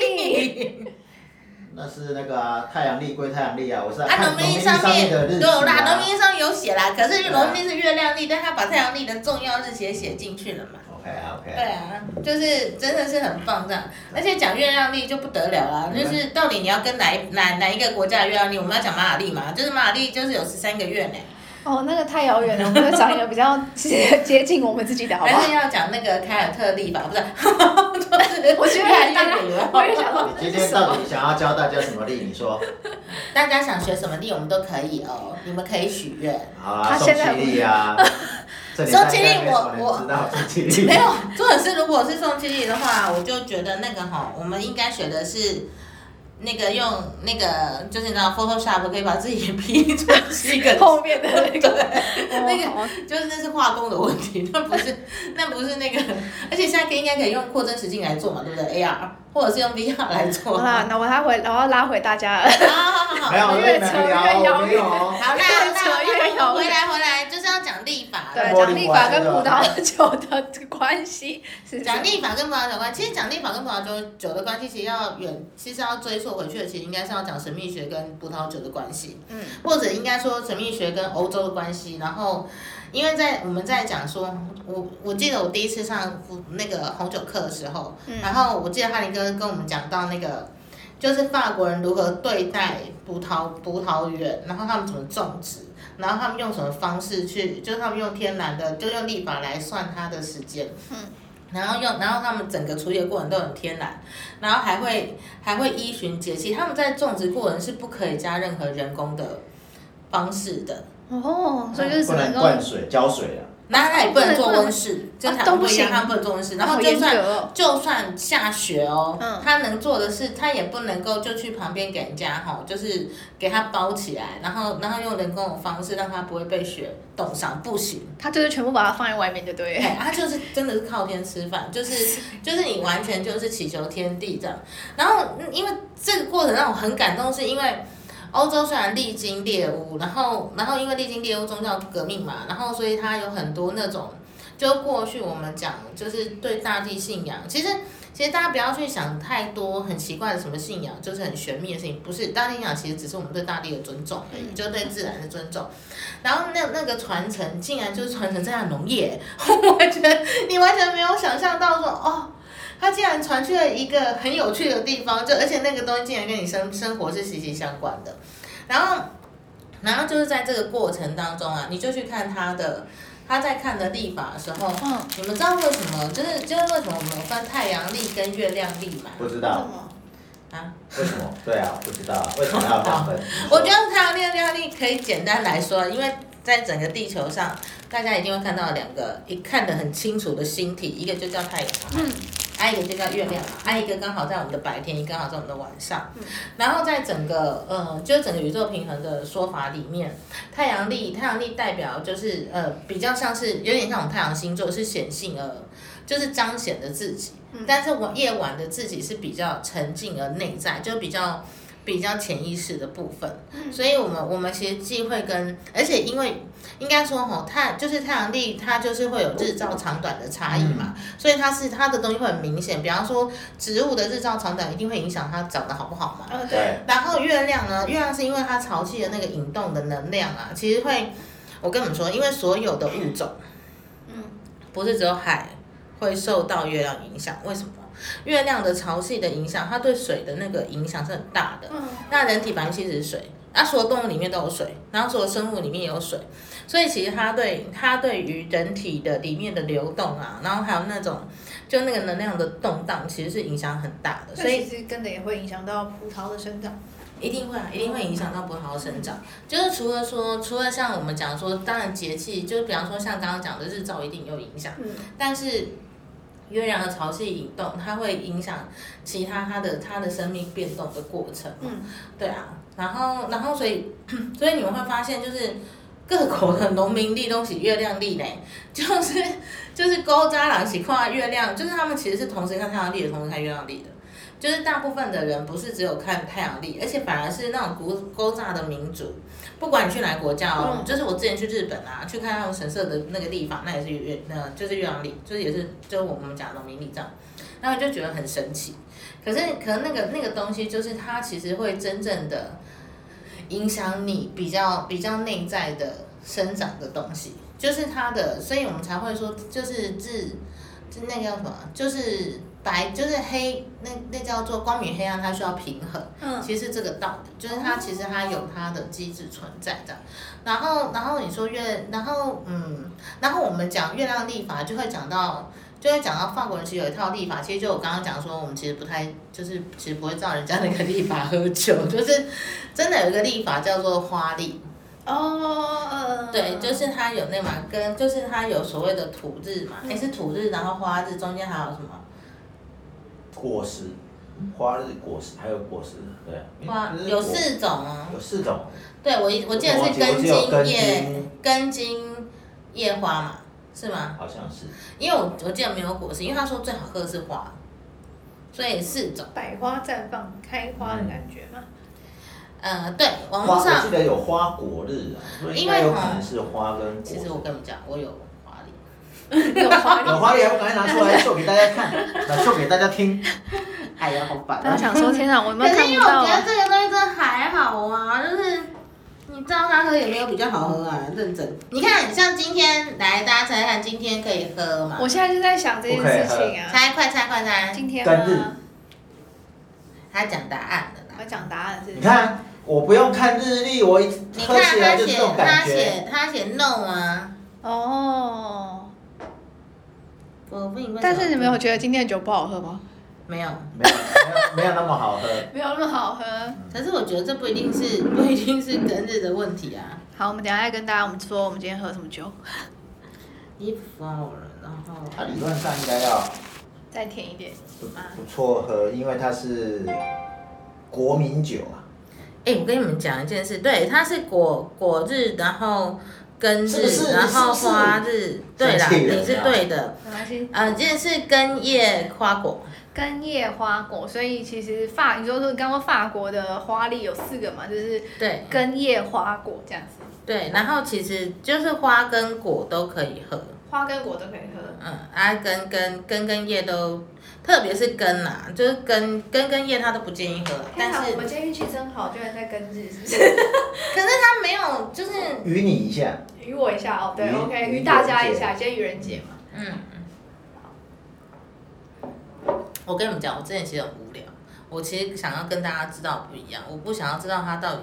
[SPEAKER 2] 历。
[SPEAKER 4] 那是那个、啊、太阳历归太阳历啊，我是在
[SPEAKER 2] 啊，
[SPEAKER 4] 看
[SPEAKER 2] 农
[SPEAKER 4] 农历
[SPEAKER 2] 民
[SPEAKER 4] 上
[SPEAKER 2] 上面
[SPEAKER 4] 面的
[SPEAKER 2] 对
[SPEAKER 4] 日期
[SPEAKER 2] 啦，农
[SPEAKER 4] 啊。
[SPEAKER 2] 民上面有写啦，可是农民是月亮历，但他把太阳历的重要日期也写进去了嘛。
[SPEAKER 4] OK 啊
[SPEAKER 2] 对
[SPEAKER 4] OK，
[SPEAKER 2] 啊，就是真的是很棒这样，而且讲月亮历就不得了啦，
[SPEAKER 4] 嗯
[SPEAKER 2] 就是到底你要跟哪一哪哪一个国家的月亮历，我们要讲马尔历嘛，就是马尔历就是有十三个月呢，
[SPEAKER 3] 哦，那个太遥远了，我们就找一个比较接接近我们自己的，好不
[SPEAKER 2] 还
[SPEAKER 3] 好？
[SPEAKER 2] 是要讲那个凯尔特历吧，不是？ [laughs] 就是
[SPEAKER 3] [laughs] 我觉得
[SPEAKER 2] 越来
[SPEAKER 3] 大家
[SPEAKER 2] 越远了
[SPEAKER 3] 我也想说
[SPEAKER 4] 你今
[SPEAKER 3] 是
[SPEAKER 4] 天
[SPEAKER 3] 什
[SPEAKER 4] 到
[SPEAKER 3] 么？
[SPEAKER 4] 底想要教大家什么力？你说，
[SPEAKER 2] 大家想学什么历，我们都可以哦，你们可以许愿。
[SPEAKER 4] 好
[SPEAKER 3] 他
[SPEAKER 4] 啦，宋
[SPEAKER 3] 现在
[SPEAKER 4] 其
[SPEAKER 3] [laughs]
[SPEAKER 4] 力啊，这里
[SPEAKER 2] 宋
[SPEAKER 4] 大
[SPEAKER 2] 其
[SPEAKER 4] 家
[SPEAKER 2] 力
[SPEAKER 4] 没什么
[SPEAKER 2] 我
[SPEAKER 4] 人知道宋其力，
[SPEAKER 2] 没有，重点是如果是送记忆的话，我就觉得那个哈，我们应该学的是。那个用那个就是你知道 Photoshop 可以把自己 P 出是一个
[SPEAKER 3] 后面的那个，
[SPEAKER 2] 那个
[SPEAKER 3] 哦
[SPEAKER 4] [laughs]
[SPEAKER 2] 就是那是化工的问题，那不是那不是那个，而且现在可以应该可以用扩增实境来做嘛，对不对？AR 或者是用 VR 来做。
[SPEAKER 3] 好啦，那我还回，我要拉回大
[SPEAKER 4] [laughs]
[SPEAKER 3] 家了。
[SPEAKER 2] 好好好好，
[SPEAKER 4] 没有，我
[SPEAKER 3] 越
[SPEAKER 4] 跟
[SPEAKER 3] 扯
[SPEAKER 4] 你们
[SPEAKER 3] 越
[SPEAKER 4] 聊，
[SPEAKER 3] 遥
[SPEAKER 4] 我没
[SPEAKER 3] 远
[SPEAKER 4] 有。
[SPEAKER 2] 好啦，
[SPEAKER 3] 越扯
[SPEAKER 2] 那
[SPEAKER 3] 越遥
[SPEAKER 2] 回
[SPEAKER 3] 远
[SPEAKER 2] 来回来，就是要讲立法。
[SPEAKER 3] 对，
[SPEAKER 4] 玻璃
[SPEAKER 3] 讲立法跟
[SPEAKER 4] 罐
[SPEAKER 3] 葡
[SPEAKER 4] 是
[SPEAKER 3] 萄
[SPEAKER 4] 吧
[SPEAKER 3] 酒的关系
[SPEAKER 4] [laughs]
[SPEAKER 3] 是
[SPEAKER 2] 讲立法跟葡萄酒有关，其实讲立法跟葡萄酒酒的关系，其实要远，其实要追溯回去的，其实应该是要讲神秘学跟葡萄酒的关系，
[SPEAKER 3] 嗯，
[SPEAKER 2] 或者应该说神秘学跟欧洲的关系。然后，因为在我们在讲说，我我记得我第一次上那个红酒课的时候，
[SPEAKER 3] 嗯
[SPEAKER 2] 然后我记得哈林哥跟我们讲到那个，就是法国人如何对待葡萄葡萄园，然后他们怎么种植，然后他们用什么方式去，就是他们用天然的，就用立法来算它的时间。
[SPEAKER 3] 嗯。
[SPEAKER 2] 然后用，然后他们整个处理的过程都很天然，然后还会还会依循节气，他们在种植过程是不可以加任何人工的方式的，
[SPEAKER 3] 哦，所以就是只
[SPEAKER 4] 不能
[SPEAKER 3] 能够
[SPEAKER 4] 灌水、浇水啊了。
[SPEAKER 2] 那他也不能做
[SPEAKER 3] 不能
[SPEAKER 2] 温室，就
[SPEAKER 3] 啊
[SPEAKER 2] 他
[SPEAKER 3] 都
[SPEAKER 2] 不
[SPEAKER 3] 不
[SPEAKER 2] 一样，
[SPEAKER 3] 行
[SPEAKER 2] 他们不能做温室，然后
[SPEAKER 3] 好
[SPEAKER 2] 就
[SPEAKER 3] 严
[SPEAKER 2] 算
[SPEAKER 3] 格哦。
[SPEAKER 2] 就算下雪哦，
[SPEAKER 3] 嗯
[SPEAKER 2] 他能做的是，他也不能够就去旁边给人家哈，就是给他包起来，然后然后用人工的方式让他不会被雪冻伤，不行。
[SPEAKER 3] 他就是全部把它放在外面就对了。
[SPEAKER 2] 哎，他就是真的是靠天吃饭，就是就是你完全就是祈求天地这样。然后嗯因为这个过程让我很感动，是因为欧洲虽然历经猎巫，然后然后因为历经猎巫宗教革命嘛，然后所以它有很多那种，就过去我们讲就是对大地信仰，其实。其实大家不要去想太多很奇怪的什么信仰，就是很玄秘的事情。不是，大地信仰其实只是我们对大地的尊重而已，就对自然的尊重。然后那那个传承竟然就是传承这样农业， [laughs] 我觉得你完全没有想象到说哦，它竟然传去了一个很有趣的地方，就而且那个东西竟然跟你生生活是息息相关的。然后，然后就是在这个过程当中啊，你就去看他的他在看的历法的时候，
[SPEAKER 3] 嗯，
[SPEAKER 2] 你们知道为什么？就是就是为什么我们有分太阳历跟月亮历嘛？
[SPEAKER 4] 不
[SPEAKER 3] 为
[SPEAKER 4] 知
[SPEAKER 3] 什
[SPEAKER 4] 道
[SPEAKER 3] 么？
[SPEAKER 2] 啊，
[SPEAKER 4] 为什么？对啊，不知道为什么要划分？
[SPEAKER 2] 我觉得太阳历跟月亮历可以简单来说，因为在整个地球上，大家一定会看到两个一看得很清楚的星体，一个就叫太阳嘛，
[SPEAKER 3] 嗯
[SPEAKER 2] 还有一个就叫月亮嘛，还有一个刚好在我们的白天，一个刚好在我们的晚上。然后在整个呃，就是整个宇宙平衡的说法里面，太阳历太阳历代表就是呃，比较像是有点像我们太阳星座是显性而，就是彰显的自己
[SPEAKER 3] 嗯。
[SPEAKER 2] 但是晚夜晚的自己是比较沉静而内在，就比较比较潜意识的部分。所以我们我们其实忌讳跟，而且因为应该说吼，太就是太阳历它就是会有日照长短的差异嘛，所以它是它的东西会很明显。比方说植物的日照长短一定会影响它长得好不好嘛。
[SPEAKER 3] 嗯，对，
[SPEAKER 4] 对，
[SPEAKER 2] 然后月亮呢，月亮是因为它潮气的那个引动的能量啊，其实会，我跟你们说，因为所有的物种，
[SPEAKER 3] 嗯，
[SPEAKER 2] 不是只有海会受到月亮影响，为什么？月亮的潮汐的影响，它对水的那个影响是很大的。
[SPEAKER 3] 嗯，
[SPEAKER 2] 那人体百分之七十是水，那所有动物里面都有水，然后所有生物里面也有水，所以其实它对它对于人体的里面的流动啊，然后还有那种就那个能量的动荡，其实是影响很大的，
[SPEAKER 3] 嗯所
[SPEAKER 2] 所以
[SPEAKER 3] 以其实跟着也会影响到葡萄的生长。
[SPEAKER 2] 一定会啊，一定会影响到葡萄的生长。就是除了说，除了像我们讲说，当然节气，就是比方说像刚刚讲的日照一定有影响，
[SPEAKER 3] 嗯，
[SPEAKER 2] 但是月亮的潮汐引动，它会影响其他它的它的生命变动的过程。
[SPEAKER 3] 嗯，
[SPEAKER 2] 对啊，然后然后所以所以你们会发现就是。各国的农民历都是月亮历嘞，就是就是勾扎郎喜看月亮，就是他们其实是同时看太阳历，也同时看月亮历的。就是大部分的人不是只有看太阳历，而且反而是那种古勾扎的民族，不管你去哪个国家哦，
[SPEAKER 3] 嗯
[SPEAKER 2] 就是我之前去日本啊，去看他们神社的那个地方，那也是月，那就是月亮历，就是也是就是我们讲的农民历这样，然后就觉得很神奇。可是可能那个那个东西，就是它其实会真正的影响你比较比较内在的生长的东西，啊就是它的，所以我们才会说，就是自就那个叫什么，就是白就是黑，那那叫做光与黑暗，它需要平衡。
[SPEAKER 3] 嗯
[SPEAKER 2] 其实是这个道理，就是它其实它有它的机制存在这样。然后，然后你说月，然后嗯，然后我们讲月亮历法就会讲到，就会讲到法国人其实有一套历法，其实就我刚刚讲说，我们其实不太就是其实不会照人家那个历法喝酒，就是真的有一个历法叫做花历，
[SPEAKER 3] 哦，呃
[SPEAKER 2] 对，就是它有那嘛跟就是它有所谓的土日嘛，诶，是土日，然后花日中间还有什么？
[SPEAKER 4] 果实，花日果实还有果实，对，
[SPEAKER 2] 花
[SPEAKER 4] 就是
[SPEAKER 2] 有
[SPEAKER 4] 果
[SPEAKER 2] 四种哦。
[SPEAKER 4] 有四种，
[SPEAKER 2] 对，我一我记得是根
[SPEAKER 4] 我
[SPEAKER 2] 茎
[SPEAKER 4] 记得是有
[SPEAKER 2] 叶根茎叶花嘛，是吗？
[SPEAKER 4] 好像是
[SPEAKER 2] 因为我我记得没有果实，因为他说最好喝的是花，所以四种。
[SPEAKER 3] 百花绽放、开花的感觉 [laughs] 嘛。
[SPEAKER 2] 呃，对，网
[SPEAKER 4] 花，
[SPEAKER 2] 络
[SPEAKER 4] 我
[SPEAKER 2] 上
[SPEAKER 4] 记得有花果日啊，所以应该
[SPEAKER 2] 因为
[SPEAKER 4] 有
[SPEAKER 2] 哈
[SPEAKER 4] 可能是花跟果。
[SPEAKER 2] 嗯其实我跟你们讲，我有花礼，
[SPEAKER 3] 有花
[SPEAKER 4] 有花莲，我赶快拿出来秀给大家看， [laughs] 那秀给大家听。哎呀，好烦
[SPEAKER 3] 大家
[SPEAKER 4] 啊！
[SPEAKER 3] 想说，天哪， [laughs] 我有没有
[SPEAKER 2] 可
[SPEAKER 3] 看
[SPEAKER 2] 是因
[SPEAKER 3] 不
[SPEAKER 2] 为我
[SPEAKER 3] 到
[SPEAKER 2] 觉得
[SPEAKER 3] 啊？
[SPEAKER 2] 这个东西真的还好啊，就是你知道它喝也没有比较好喝啊，认真。你看，像今天来大家猜猜看，今天可以喝吗
[SPEAKER 3] 我？现在就在想这件事情啊。
[SPEAKER 2] 猜，快猜快猜！
[SPEAKER 3] 今天
[SPEAKER 4] 干日
[SPEAKER 3] 啊，
[SPEAKER 2] 他讲答案的
[SPEAKER 3] 我
[SPEAKER 2] 啦。
[SPEAKER 3] 讲答案是。
[SPEAKER 4] 你，看，我不用看日历，我一
[SPEAKER 2] 你
[SPEAKER 4] 喝
[SPEAKER 2] 看
[SPEAKER 4] 起
[SPEAKER 2] 他
[SPEAKER 4] 来就是
[SPEAKER 2] 写
[SPEAKER 4] 这种
[SPEAKER 2] 他
[SPEAKER 4] 感觉。
[SPEAKER 2] 写他写 no 啊。
[SPEAKER 3] 哦，
[SPEAKER 2] 我不明白。
[SPEAKER 3] 但是你们有觉得今天的酒不好喝吗？
[SPEAKER 2] 没有？
[SPEAKER 4] 没有，没有，没有那么好喝。
[SPEAKER 3] 没有那么好喝。
[SPEAKER 2] 可是我觉得这不一定是 [laughs] 不一定是跟日的问题啊。
[SPEAKER 3] 好，我们等一下再跟大家我们说我们今天喝什么酒，
[SPEAKER 2] 衣服啊，我人，然后
[SPEAKER 4] 它理论上应该要
[SPEAKER 3] 再甜一点。
[SPEAKER 4] 不
[SPEAKER 3] 啊
[SPEAKER 4] 不错喝，因为它是国民酒啊。
[SPEAKER 2] 哎、我跟你们讲一件事，对，它是果果日，然后根日，
[SPEAKER 4] 是不是
[SPEAKER 2] 然后
[SPEAKER 4] 是不是
[SPEAKER 2] 花日，对啦，
[SPEAKER 4] 生气了
[SPEAKER 2] 你是对的。
[SPEAKER 3] 没关系，
[SPEAKER 2] 呃，这是根叶花果，
[SPEAKER 3] 跟叶花果，所以其实法，你说说你刚刚法国的花历有四个嘛，就是
[SPEAKER 2] 对
[SPEAKER 3] 跟叶花果这样子，
[SPEAKER 2] 对，然后其实就是花跟果都可以喝，
[SPEAKER 3] 花跟果都可以喝。
[SPEAKER 2] 嗯，啊根跟根跟叶都，特别是根啦、就是根根跟叶它都不建议喝，
[SPEAKER 3] 天
[SPEAKER 2] 但
[SPEAKER 3] 哪，
[SPEAKER 2] 是
[SPEAKER 3] 我们今天运气真好，居然在跟日，是不是？
[SPEAKER 2] 可是它没有就是
[SPEAKER 4] 与你一下，
[SPEAKER 3] 与我一下哦，对
[SPEAKER 4] 愚
[SPEAKER 3] ，OK，
[SPEAKER 4] 愚
[SPEAKER 3] 与大家
[SPEAKER 4] 人
[SPEAKER 3] 一
[SPEAKER 4] 节
[SPEAKER 3] 下，今天愚人节嘛，
[SPEAKER 2] 嗯，我跟你们讲，我之前其实很无聊，我其实想要跟大家知道不一样，我不想要知道它到底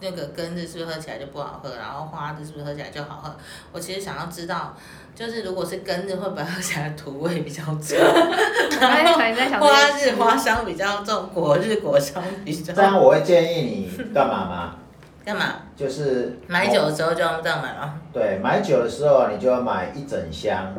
[SPEAKER 2] 那个根日是不是喝起来就不好喝，然后花日是不是喝起来就好喝，我其实想要知道，就是如果是根日会不会喝起来土味比较
[SPEAKER 3] [laughs]
[SPEAKER 2] 重，
[SPEAKER 3] 刚才
[SPEAKER 2] 然
[SPEAKER 3] 哎可
[SPEAKER 2] 后
[SPEAKER 3] 能在想 [laughs] 这
[SPEAKER 2] 花
[SPEAKER 3] 件
[SPEAKER 2] 日
[SPEAKER 3] 事
[SPEAKER 2] 花香比较重，果日果香比较
[SPEAKER 4] 这啊样我会建议你干嘛吗？
[SPEAKER 2] 干嘛？
[SPEAKER 4] 就是
[SPEAKER 2] 买酒的时候就要这样买吗？
[SPEAKER 4] 对，买酒的时候你就要买一整箱，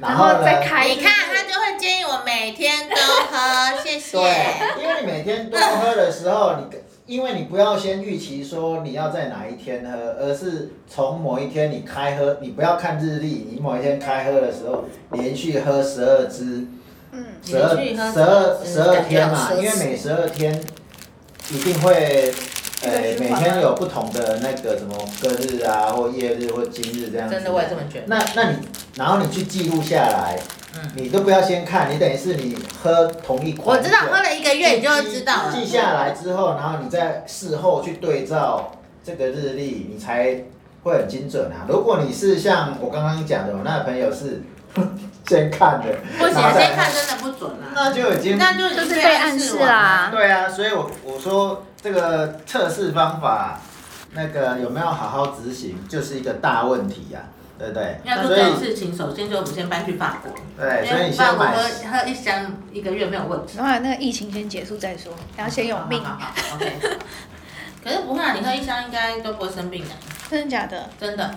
[SPEAKER 3] 然
[SPEAKER 4] 后
[SPEAKER 3] 后
[SPEAKER 4] 呢？
[SPEAKER 3] 再开，
[SPEAKER 2] 你看他就会建议我每天都喝，谢谢。
[SPEAKER 4] 对，因为你每天多喝的时候，你因为你不要先预期说你要在哪一天喝，而是从某一天你开喝，你不要看日历，你某一天开喝的时候连续喝十二支，
[SPEAKER 3] 嗯，
[SPEAKER 4] 十二
[SPEAKER 2] 连续喝
[SPEAKER 4] 十二
[SPEAKER 2] 12
[SPEAKER 4] 十二天
[SPEAKER 2] 感
[SPEAKER 4] 嘛，
[SPEAKER 2] 觉好
[SPEAKER 4] 因
[SPEAKER 2] 奢侈
[SPEAKER 4] 为每十二天一定会。呃
[SPEAKER 3] 一个，循
[SPEAKER 4] 每
[SPEAKER 3] 环
[SPEAKER 4] 天有不同的那个什么隔日啊，或夜日或今日这样子。
[SPEAKER 2] 真的，我也这么觉得。
[SPEAKER 4] 那那你，然后你去记录下来，
[SPEAKER 2] 嗯
[SPEAKER 4] 你都不要先看，你等于是你喝同一
[SPEAKER 2] 我
[SPEAKER 4] 款酒，
[SPEAKER 2] 知道喝了一个月，你就会知道了。
[SPEAKER 4] 嗯记下来之后，然后你再事后去对照这个日历，你才会很精准啊。如果你是像我刚刚讲的，我那个朋友是 [laughs] 先看的，
[SPEAKER 2] 不行，
[SPEAKER 4] 然后再
[SPEAKER 2] 先看真的不准啦。
[SPEAKER 4] 那就已经
[SPEAKER 2] 那就
[SPEAKER 3] 就是被暗示啦。
[SPEAKER 4] 对啊。所以我我说这个测试方法，那个有没有好好执行，就是一个大问题啊，对不对？
[SPEAKER 2] 要做
[SPEAKER 4] 所
[SPEAKER 2] 这种
[SPEAKER 4] 以
[SPEAKER 2] 事情，首先就我们先搬去法国，
[SPEAKER 4] 对，
[SPEAKER 2] 因
[SPEAKER 4] 所以
[SPEAKER 2] 为
[SPEAKER 4] 你
[SPEAKER 2] 法
[SPEAKER 4] 先
[SPEAKER 2] 国
[SPEAKER 4] 买
[SPEAKER 2] 喝。喝一箱一个月没有问题。
[SPEAKER 3] 然后那个疫情先结束再说，然后先有命，
[SPEAKER 2] 好好好，OK。可是不会啊，你喝一箱应该都不会生病的，
[SPEAKER 3] 真的假的？
[SPEAKER 2] 真的。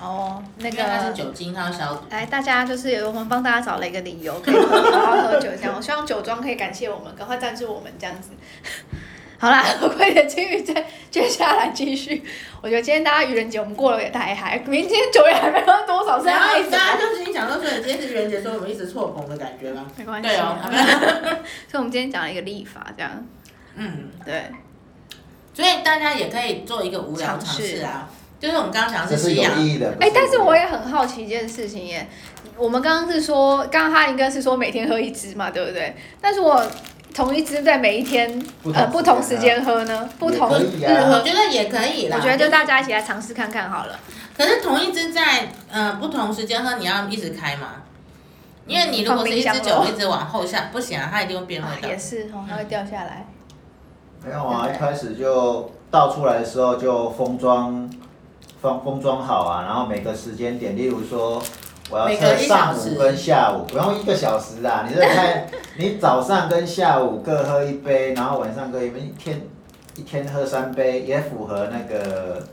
[SPEAKER 3] 哦，那
[SPEAKER 2] 因为它是
[SPEAKER 3] 个。
[SPEAKER 2] 酒精，它要消毒。
[SPEAKER 3] 来，大家就是有我们帮大家找了一个理由，可以好好喝酒
[SPEAKER 2] [laughs]
[SPEAKER 3] 这样。我希望酒庄可以感谢我们，赶快赞助我们这样子。 [laughs] 好啦， [laughs] 我快点继续再接下来继续。我觉得今天大家愚人节我们过了也太嗨，明天酒也还没喝多少，是
[SPEAKER 2] 然后
[SPEAKER 3] 嗨死
[SPEAKER 2] 大家
[SPEAKER 3] 了。
[SPEAKER 2] 就心想说，所以今天是愚人节，所以我们一直错棚的感觉吗？
[SPEAKER 3] 没关系
[SPEAKER 2] 对哦
[SPEAKER 3] 啊，，所以我们今天讲了一个立法，这样
[SPEAKER 2] 嗯。
[SPEAKER 3] 对，
[SPEAKER 2] 所以大家也可以做一个无聊的尝试啊，就是我们刚刚讲的
[SPEAKER 4] 这
[SPEAKER 2] 是
[SPEAKER 4] 是
[SPEAKER 2] 西
[SPEAKER 4] 有
[SPEAKER 2] 洋，
[SPEAKER 4] 意义的。不
[SPEAKER 3] 哎、但是
[SPEAKER 4] 无
[SPEAKER 3] 我
[SPEAKER 4] 聊
[SPEAKER 3] 也很好奇一件事情耶，我们刚刚是说，刚刚他应该是说每天喝一支嘛，对不对？但是我同一支在每一天
[SPEAKER 4] 不同
[SPEAKER 3] 呃不同
[SPEAKER 4] 时
[SPEAKER 3] 时
[SPEAKER 4] 间
[SPEAKER 3] 间喝呢，不
[SPEAKER 4] 也
[SPEAKER 3] 同
[SPEAKER 4] 可以
[SPEAKER 3] 日
[SPEAKER 4] 啊
[SPEAKER 2] 嗯我
[SPEAKER 3] 喝。
[SPEAKER 2] 觉得也可以啦。
[SPEAKER 3] 我觉得就大家一起来尝试看看好了。
[SPEAKER 2] 可是同一支在呃不同时间喝，你要一直开吗？因为你如果是一
[SPEAKER 3] 放
[SPEAKER 2] 支
[SPEAKER 3] 冰箱
[SPEAKER 2] 酒
[SPEAKER 3] 咯
[SPEAKER 2] 一直往后下，不行啊，它一定会变味
[SPEAKER 3] 啊
[SPEAKER 2] 道
[SPEAKER 3] 也。是哦，它会掉下来。 [laughs]
[SPEAKER 4] 没有啊，
[SPEAKER 3] 对
[SPEAKER 4] 一开始就倒出来的时候就封装，封封装好啊，然后每个时间点，例如说我要
[SPEAKER 2] 每
[SPEAKER 4] 测
[SPEAKER 2] 隔一
[SPEAKER 4] 上
[SPEAKER 2] 小时
[SPEAKER 4] 午跟下午，不用一个小时啦，你这太， [laughs] 你早上跟下午各喝一杯，然后晚上各一杯，一天一天喝三杯，也符合那个，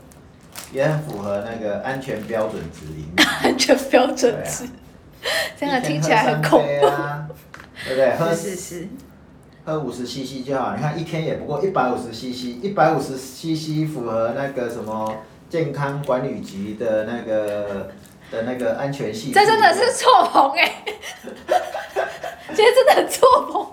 [SPEAKER 4] 也很符合那个安全标准值里面。
[SPEAKER 3] 安全标准值， [laughs] 这样听起来很恐
[SPEAKER 4] 一天
[SPEAKER 3] 怖。
[SPEAKER 4] 喝三杯啊，对不对？喝
[SPEAKER 3] 是是是，
[SPEAKER 4] 喝五十 CC 就好，你看一天也不过一百五十 CC，一百五十 CC 符合那个什么健康管理局的那个的那个安全系数。
[SPEAKER 3] 这真的是错棚哎、欸， [laughs] 今天真的很错棚。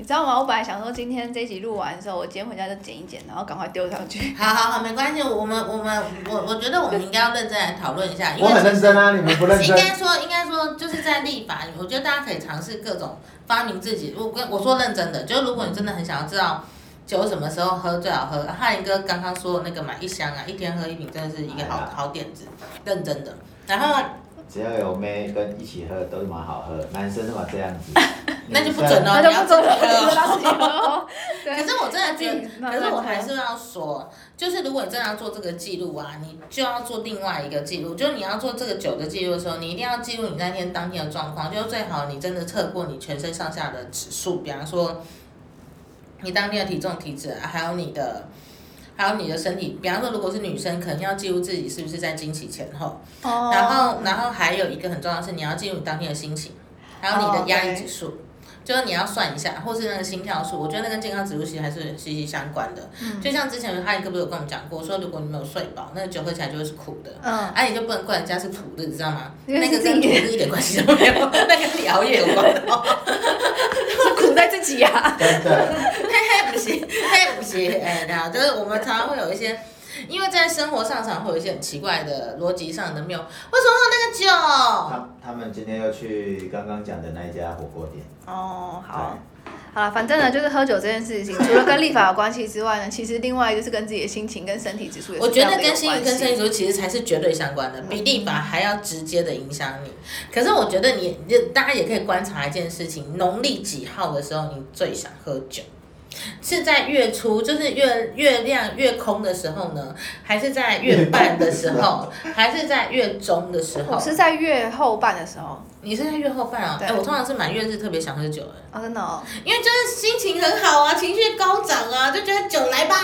[SPEAKER 3] 你知道吗？我本来想说今天这一集录完的时候，我今天回家就剪一剪，然后赶快丢上去。
[SPEAKER 2] 好好好，没关系，我们我们我我觉得我们应该要认真来讨论一下，因
[SPEAKER 4] 我
[SPEAKER 2] 为
[SPEAKER 4] 很认真啊，你们不认
[SPEAKER 2] 应
[SPEAKER 3] [laughs]
[SPEAKER 4] 真。
[SPEAKER 2] 该说，应该说，就是在立法，我觉得大家可以尝试各种发明自己。我跟我说认真的，就是如果你真的很想要知道酒什么时候喝最好喝，汉哥刚刚说的那个买一箱啊，一天喝一瓶，真的是一个好
[SPEAKER 4] 哎呀
[SPEAKER 2] 好点子，认真的。然后。
[SPEAKER 4] 只要有妹跟一起喝都蛮好喝，男生的嘛这样子
[SPEAKER 2] 那就不准
[SPEAKER 3] [laughs]
[SPEAKER 2] 了，
[SPEAKER 4] 了。
[SPEAKER 3] 那
[SPEAKER 2] 你
[SPEAKER 3] 就
[SPEAKER 2] 要
[SPEAKER 3] 不
[SPEAKER 2] 自
[SPEAKER 3] 准
[SPEAKER 2] 己
[SPEAKER 3] 了，
[SPEAKER 2] 喝。
[SPEAKER 3] 他自己喝哦。对
[SPEAKER 2] 可是我真的觉
[SPEAKER 3] 自己
[SPEAKER 2] 得，
[SPEAKER 3] 慢
[SPEAKER 2] 可
[SPEAKER 3] 慢
[SPEAKER 2] 是我
[SPEAKER 3] 喝
[SPEAKER 2] 还是要说，就是如果你真的要做这个记录啊，你就要做另外一个记录，就是你要做这个酒的记录的时候，你一定要记录你那天当天的状况，就是最好你真的测过你全身上下的指数，比方说你当天的体重、体脂啊，还有你的。还有你的身体，比方说，如果是女生，可能要记录自己是不是在经期前后，
[SPEAKER 3] 哦
[SPEAKER 2] 然后，然后还有一个很重要的是，你要记录你当天的心情，还有你
[SPEAKER 3] 哦
[SPEAKER 2] 的压力
[SPEAKER 3] 对
[SPEAKER 2] 指数，就是你要算一下，或是那个心跳数，我觉得那跟健康指数其实还是息息相关的。
[SPEAKER 3] 嗯
[SPEAKER 2] 就像之前哈一哥不是有跟我们讲过，说如果你没有睡饱，那个酒喝起来就会是苦的。
[SPEAKER 3] 嗯，
[SPEAKER 2] 哎、你就不能怪人家是苦日，知道吗？
[SPEAKER 3] 因为
[SPEAKER 2] 那
[SPEAKER 3] 是
[SPEAKER 2] 个
[SPEAKER 3] 自己
[SPEAKER 2] 跟苦日一点关系都没有， [laughs] 那跟你熬夜有关的哦。
[SPEAKER 3] 苦在自己啊。
[SPEAKER 4] 真的，
[SPEAKER 2] 嘿，不行，嘿，不行，哎，然后就是我们常常会有一些，因为在生活上常会有一些很奇怪的逻辑上的谬，为什么喝那个酒？
[SPEAKER 4] 他他们今天又去刚刚讲的那一家火锅店。
[SPEAKER 3] 哦，好
[SPEAKER 4] 对。
[SPEAKER 3] 好了，反正呢，就是喝酒这件事
[SPEAKER 2] [laughs]
[SPEAKER 3] 情，除了跟立法有关系之外呢，其实另外就是跟自己的心情、跟身体指数也是
[SPEAKER 2] 我
[SPEAKER 3] 非
[SPEAKER 2] 觉得
[SPEAKER 3] 常的有
[SPEAKER 2] 跟心理
[SPEAKER 3] 关
[SPEAKER 2] 跟
[SPEAKER 3] 系嗯
[SPEAKER 2] 生理指数其实才是绝对相关的，比例法还要直接的影响你。可是我觉得你，你大家也可以观察一件事情：农历几号的时候你最想喝酒？是在月初，就是月月亮月空的时候呢，还是在月半的时候，还是在月中的时
[SPEAKER 3] 我
[SPEAKER 2] 候？
[SPEAKER 3] 是在月后半的时候，
[SPEAKER 2] 你是在月后半啊？
[SPEAKER 3] 对
[SPEAKER 2] 哎、我通常是满月日特别想喝酒、哎，
[SPEAKER 3] 哦，真的哦，
[SPEAKER 2] 因为就是心情很好啊，情绪高涨啊，就觉得酒来吧。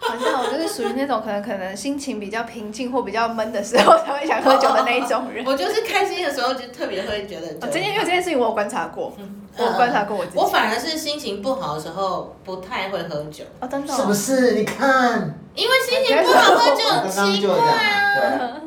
[SPEAKER 3] 反正我就是属于那种可能可能心情比较平静或比较闷的时候才会想喝酒的那一种人。
[SPEAKER 2] 我就是开心的时候就特别会觉得酒。
[SPEAKER 3] 哦，这件因为这件事情我有观察过，我有
[SPEAKER 2] 嗯
[SPEAKER 3] 观察过我自己。
[SPEAKER 2] 我反而是心情不好的时候不太会喝酒，
[SPEAKER 3] 哦，真的
[SPEAKER 4] 是不
[SPEAKER 3] 哦，
[SPEAKER 4] 是？你看，
[SPEAKER 2] 因为心情不好喝酒
[SPEAKER 4] 我
[SPEAKER 2] 很
[SPEAKER 4] 刚刚
[SPEAKER 2] 奇
[SPEAKER 4] 就
[SPEAKER 2] 怪
[SPEAKER 4] 讲
[SPEAKER 2] 啊，
[SPEAKER 4] 了，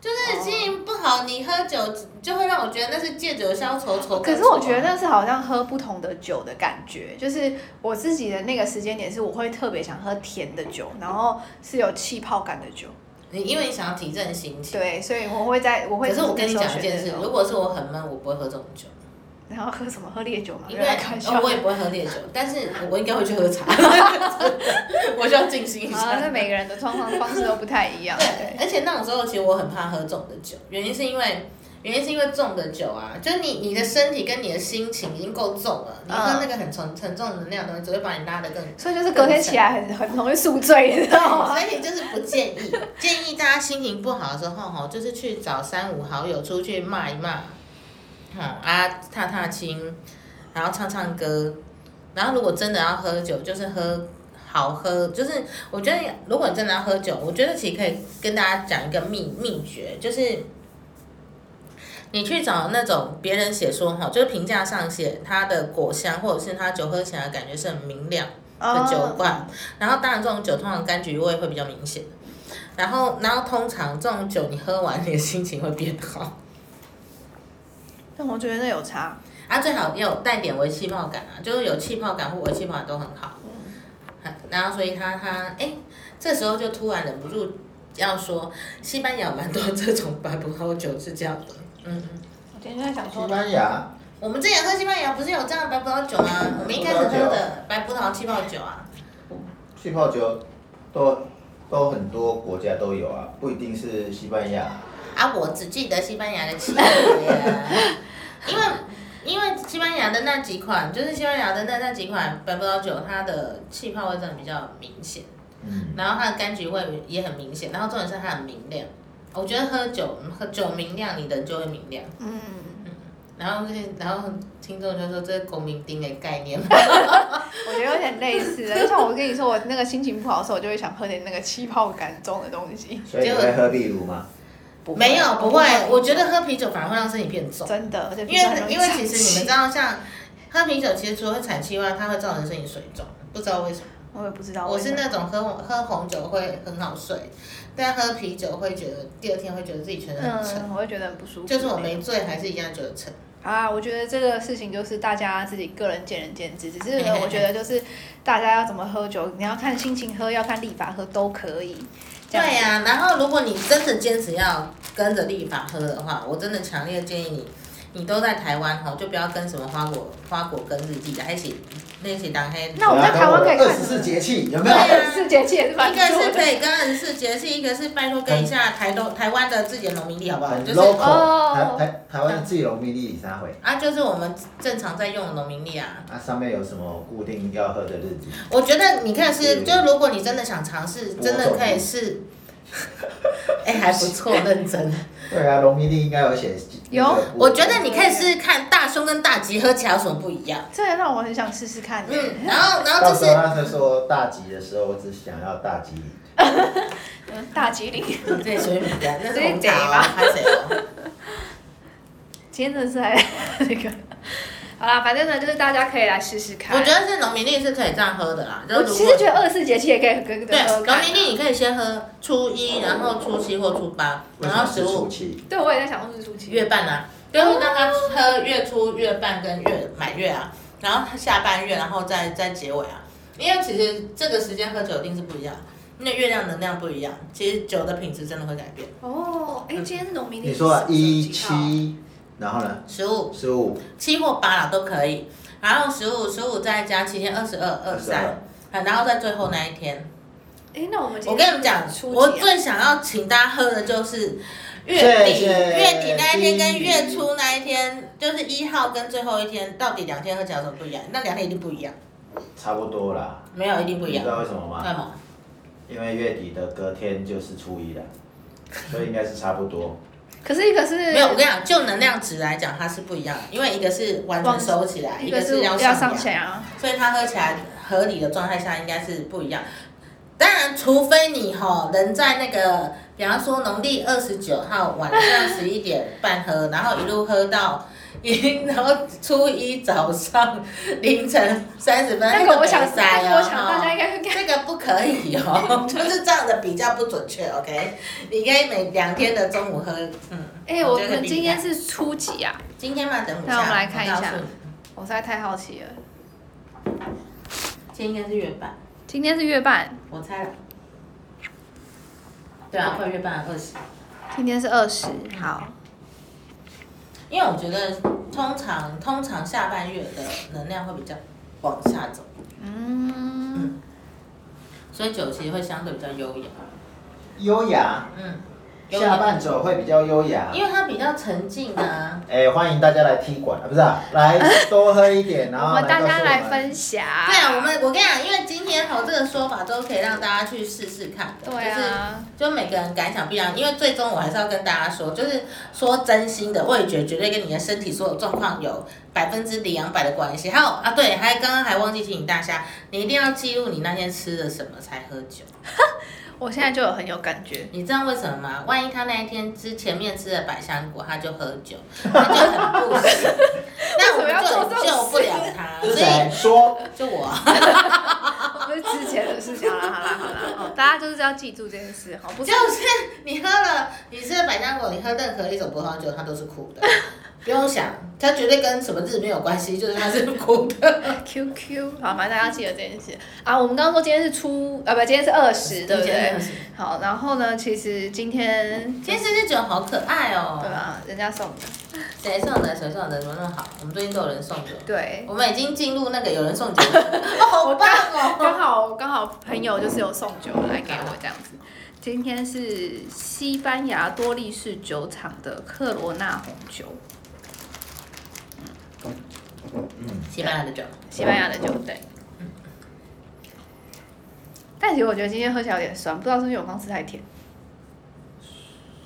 [SPEAKER 2] 就是心情不好你喝酒就会让我觉得那是借酒消愁愁。
[SPEAKER 3] 可是我觉得那是好像喝不同的酒的感觉，就是我自己的那个时间点是我会特别想喝甜的酒，然后是有气泡感的酒。
[SPEAKER 2] 你因为你想要提振心情。
[SPEAKER 3] 对，所以我会在我会。
[SPEAKER 2] 可是我跟你讲一件事，
[SPEAKER 3] 然
[SPEAKER 2] 如果是我很闷，我不会喝这种酒，
[SPEAKER 3] 后喝什么？喝烈酒嘛？
[SPEAKER 2] 因
[SPEAKER 3] 没有
[SPEAKER 2] 为
[SPEAKER 3] 在开玩笑
[SPEAKER 2] 哦我也不会喝烈酒，但是我应该会去喝
[SPEAKER 3] [laughs]
[SPEAKER 2] 茶，我需要静心一
[SPEAKER 3] 啊，
[SPEAKER 2] 下
[SPEAKER 3] 那。每个人的状况方式都不太一样。
[SPEAKER 2] 对，而且那种时候其实我很怕喝重的酒，原因是因为原因是因为重的酒啊，就是你你的身体跟你的心情已经够重了，你喝那个很沉沉重能量的东西，只会把你拉得更。
[SPEAKER 3] 所以就是隔天起来很很容易宿醉，你知道
[SPEAKER 2] [laughs]
[SPEAKER 3] 吗？
[SPEAKER 2] 所以就是不建议， [laughs] 建议大家心情不好的时候吼，就是去找三五好友出去骂一骂，好啊踏踏青，然后唱唱歌，然后如果真的要喝酒，就是喝好喝，就是我觉得如果你真的要喝酒，我觉得其实可以跟大家讲一个秘秘诀，就是你去找那种别人写说哈，就是评价上写它的果香或者是它酒喝起来的感觉是很明亮的酒
[SPEAKER 3] 啊
[SPEAKER 2] 罐，然后当然这种酒通常柑橘味会比较明显，然后然后通常这种酒你喝完你的心情会变好， [laughs]
[SPEAKER 3] 但我觉得那有差。
[SPEAKER 2] 啊最好也有带点微气泡感啊，就是有气泡感或微气泡感都很好，啊然后所以他他哎这时候就突然忍不住要说，西班牙有蛮多这种白葡萄酒是这样的，嗯。
[SPEAKER 3] 我今天就在想
[SPEAKER 4] 对，西班牙。
[SPEAKER 2] 我们之前喝西班牙不是有这样的白葡萄酒吗？我们一开始喝的白葡萄气泡酒啊，
[SPEAKER 4] 气泡酒都都很多国家都有啊，不一定是西班牙。
[SPEAKER 2] 啊，我只记得西班牙的气泡酒。因为因为西班牙的那几款，就是西班牙的那那几款白葡萄酒，它的气泡味真的比较明显，
[SPEAKER 4] 嗯，
[SPEAKER 2] 然后它的柑橘味也很明显，然后重点是它很明亮。我觉得喝酒嗯喝酒明亮，你人就会明亮。
[SPEAKER 3] 嗯，
[SPEAKER 2] 然后这些，然后听众就说这是公民丁的概念，
[SPEAKER 3] 我觉得有点类似的，就像我跟你说，我那个心情不好的时候，我就会想喝点那个气泡感重的东西。
[SPEAKER 2] 嗯
[SPEAKER 4] 所以你会喝秘鲁吗？
[SPEAKER 3] 不会
[SPEAKER 2] 没有不会，我觉得喝啤酒反而会让身体变重，
[SPEAKER 3] 真的，而且
[SPEAKER 2] 因为因为其实你们知道，像喝啤酒其实除了会产气外，它会造成身体水肿，不知道为什么。
[SPEAKER 3] 我也不知道
[SPEAKER 2] 我
[SPEAKER 3] 为什
[SPEAKER 2] 是
[SPEAKER 3] 么，
[SPEAKER 2] 那种喝喝红酒会很好睡，但喝啤酒会觉得第二天会觉得自己全身很沉，
[SPEAKER 3] 嗯，我会觉得很不舒服。
[SPEAKER 2] 就是我没醉还是一样觉得沉。
[SPEAKER 3] 啊，我觉得这个事情就是大家自己个人见仁见智，只是我觉得就是大家要怎么喝酒，你要看心情喝，要看立法喝都可以。这
[SPEAKER 2] 对
[SPEAKER 3] 样
[SPEAKER 2] 呀、然后如果你真的坚持要跟着立法喝的话，我真的强烈建议你，你都在台湾吼，就不要跟什么花果花果跟日记在一起那一起当黑。
[SPEAKER 3] 那我们在台湾可以看
[SPEAKER 4] 啊二十四节气有没
[SPEAKER 2] 对
[SPEAKER 4] 有？
[SPEAKER 2] 啊
[SPEAKER 3] 世界界是蛮
[SPEAKER 2] 一个是
[SPEAKER 3] 多的。
[SPEAKER 2] 北跟二十四节气，一个是拜托跟一下台东台湾的自己的农民地好不好？
[SPEAKER 4] 很
[SPEAKER 2] 就是
[SPEAKER 4] local，台
[SPEAKER 3] 哦
[SPEAKER 4] 台台湾自由秘密三回，
[SPEAKER 2] 啊，就是我们正常在用的农民地啊。
[SPEAKER 4] 那上面有什么固定要喝的日子？
[SPEAKER 2] 我觉得你可以试，
[SPEAKER 4] 嗯
[SPEAKER 2] 就如果你真的想尝试，真的可以试。哎、还不错，认真。
[SPEAKER 4] 对啊，农民历应该有写。
[SPEAKER 3] 有
[SPEAKER 4] 那个固定
[SPEAKER 2] 我觉得你可以试试看大胸跟大吉喝起来有什么不一样。
[SPEAKER 3] 这也让我很想试试看。
[SPEAKER 2] 嗯，然后然后
[SPEAKER 4] 到
[SPEAKER 2] 就
[SPEAKER 4] 时候啊
[SPEAKER 2] [laughs] 是
[SPEAKER 4] 他就说大吉的时候，我只想要大吉。
[SPEAKER 3] 嗯，大吉岭，
[SPEAKER 2] 这里随便比较，这
[SPEAKER 3] 这
[SPEAKER 2] 是
[SPEAKER 3] 是
[SPEAKER 2] 红
[SPEAKER 3] 贼
[SPEAKER 2] 茶
[SPEAKER 3] 吧
[SPEAKER 2] 哦，还谁哦？
[SPEAKER 3] 今天真的是还那个。好啦，反正呢，就是大家可以来试试看。
[SPEAKER 2] 我觉得是农民历是可以这样喝的啦。就
[SPEAKER 3] 我
[SPEAKER 2] 是如
[SPEAKER 3] 其
[SPEAKER 2] 果
[SPEAKER 3] 实觉得二十四节气也可以跟
[SPEAKER 2] 对
[SPEAKER 3] 着喝
[SPEAKER 2] 农
[SPEAKER 3] 看。
[SPEAKER 2] 民历你可以先喝初一，然后初七或初八，
[SPEAKER 4] 为
[SPEAKER 2] 然
[SPEAKER 4] 什么
[SPEAKER 2] 后十
[SPEAKER 4] 是初
[SPEAKER 2] 五
[SPEAKER 4] 七？
[SPEAKER 3] 对，我也在想二十四节
[SPEAKER 2] 月半啊，就是让他喝月初、月半跟月满月啊，然后下半月，然后再再结尾啊。因为其实这个时间喝酒一定是不一样，因为月亮能量不一样，其实酒的品质真的会改变。
[SPEAKER 3] 哦，
[SPEAKER 2] 嗯
[SPEAKER 3] 哎，今天是农民历。
[SPEAKER 4] 你说
[SPEAKER 3] 是不是
[SPEAKER 4] 一
[SPEAKER 3] 几号
[SPEAKER 4] 七，然后呢？
[SPEAKER 2] 十五、
[SPEAKER 4] 十五、
[SPEAKER 2] 七或八啦都可以，然后十五、十五再加七天，二十二、二十三，啊然后在最后那一天，
[SPEAKER 3] 哎，那我们今
[SPEAKER 2] 我
[SPEAKER 3] 天
[SPEAKER 2] 跟你们讲
[SPEAKER 3] 初，几啊
[SPEAKER 2] 我最想要请大家喝的就是月
[SPEAKER 4] 谢
[SPEAKER 2] 底
[SPEAKER 4] 谢
[SPEAKER 2] 月底那一天跟月初那一天，就是一号跟最后一天，到底两天喝起来有什么不一样？那两天一定不一样，
[SPEAKER 4] 差不多啦。
[SPEAKER 2] 没有一定不一
[SPEAKER 4] 你
[SPEAKER 2] 样
[SPEAKER 4] 知。道为什么吗？
[SPEAKER 2] 干嘛？
[SPEAKER 4] 因为月底的隔天就是初一了，所以应该是差不多。
[SPEAKER 3] 可是一个是
[SPEAKER 2] 没有，我跟你讲，就能量值来讲，它是不一样的，因为一个是完全收起来，一
[SPEAKER 3] 一
[SPEAKER 2] 个
[SPEAKER 3] 个
[SPEAKER 2] 是
[SPEAKER 3] 是
[SPEAKER 2] 要
[SPEAKER 3] 要
[SPEAKER 2] 上
[SPEAKER 3] 上
[SPEAKER 2] 扬，
[SPEAKER 3] 线啊，
[SPEAKER 2] 所以它喝起来合理的状态下应该是不一样。当然，除非你吼人在那个，比方说农历二十九号晚上十一点半喝，然后一路喝到一，然后初一早上凌晨三十分，
[SPEAKER 3] 那个我想，
[SPEAKER 2] 没塞
[SPEAKER 3] 那
[SPEAKER 2] 哦
[SPEAKER 3] 个我想大家应该会看。
[SPEAKER 2] 这个不可以哦，就是这样的比较不准确，OK？你可以每两天的中午喝，嗯。
[SPEAKER 3] 哎，我们今天是初几啊？
[SPEAKER 2] 今天嘛，等我
[SPEAKER 3] 那我们来看一下
[SPEAKER 2] 告诉你
[SPEAKER 3] 我实在太好奇了。
[SPEAKER 2] 今天应该是月半，
[SPEAKER 3] 今天是月半，
[SPEAKER 2] 我猜了。对啊，会月半二十，
[SPEAKER 3] 今天是二十，好，
[SPEAKER 2] 因为我觉得通常通常下半月的能量会比较往下走，
[SPEAKER 3] 嗯，
[SPEAKER 2] 所以酒其实会相对比较优雅，
[SPEAKER 4] [laughs] 优雅，
[SPEAKER 2] 嗯，优雅
[SPEAKER 4] 下半走会比较优雅。
[SPEAKER 2] 因为它比较沉静啊。
[SPEAKER 4] 哎、欢迎大家来踢馆啊，不是啊，来多喝一点，然
[SPEAKER 3] 我
[SPEAKER 4] 后
[SPEAKER 3] 们大
[SPEAKER 4] 告诉
[SPEAKER 3] 家
[SPEAKER 4] 我
[SPEAKER 3] 来
[SPEAKER 4] 们
[SPEAKER 3] 分享。
[SPEAKER 2] 对啊，我们我跟你讲，因为今天好这个说法都可以让大家去试试看的，
[SPEAKER 3] 对啊，
[SPEAKER 2] 就是就每个人感想不一样，因为最终我还是要跟大家说，就是说真心的味觉绝对跟你的身体所有状况有百分之两百的关系。还有啊，对，还刚刚还忘记提醒大家，你一定要记录你那天吃了什么才喝酒。
[SPEAKER 3] 我现在就有很有感
[SPEAKER 2] [laughs]
[SPEAKER 3] 觉。
[SPEAKER 2] 你知道为什么吗？万一他那一天之前面吃了百香果，他就喝酒，那就很不行。那我
[SPEAKER 3] 为什么要做
[SPEAKER 2] 们
[SPEAKER 3] 这
[SPEAKER 2] 就
[SPEAKER 3] 种
[SPEAKER 2] 救不了他，
[SPEAKER 4] 是
[SPEAKER 2] 所
[SPEAKER 4] 谁
[SPEAKER 2] 以
[SPEAKER 4] 说？
[SPEAKER 2] 就我啊。
[SPEAKER 3] 不是之前的事情，好啦好啦好啦，哦，大家就是要记住这件事，好，不是
[SPEAKER 2] 就是你喝了，你吃了百香果，你喝任何一种葡萄酒，它都是苦的， [laughs] 不用想，它绝对跟什么日没有关系，就是它是苦 [laughs] 的。
[SPEAKER 3] QQ，好，反正大家记得这件事啊。我们刚刚说今天是初，啊不，今天是二十，对不对？好，然后呢，其实今天，
[SPEAKER 2] 其实这酒好可爱
[SPEAKER 3] 对
[SPEAKER 2] 哦，
[SPEAKER 3] 啊，人家送的，
[SPEAKER 2] 谁送的？谁送的？怎么那么好？我们最近都有人送酒，
[SPEAKER 3] 对，
[SPEAKER 2] [laughs] 我们已经进入那个有人送酒， [laughs] 哦，好棒哦！ [laughs]
[SPEAKER 3] 刚好刚好朋友就是有送酒来给我这样子。今天是西班牙多利士酒厂的克罗纳红酒，
[SPEAKER 4] 嗯，
[SPEAKER 2] 西班牙的酒，
[SPEAKER 3] 西班牙的酒，对。但其实我觉得今天喝起来有点酸，不知道是不是我刚吃太甜。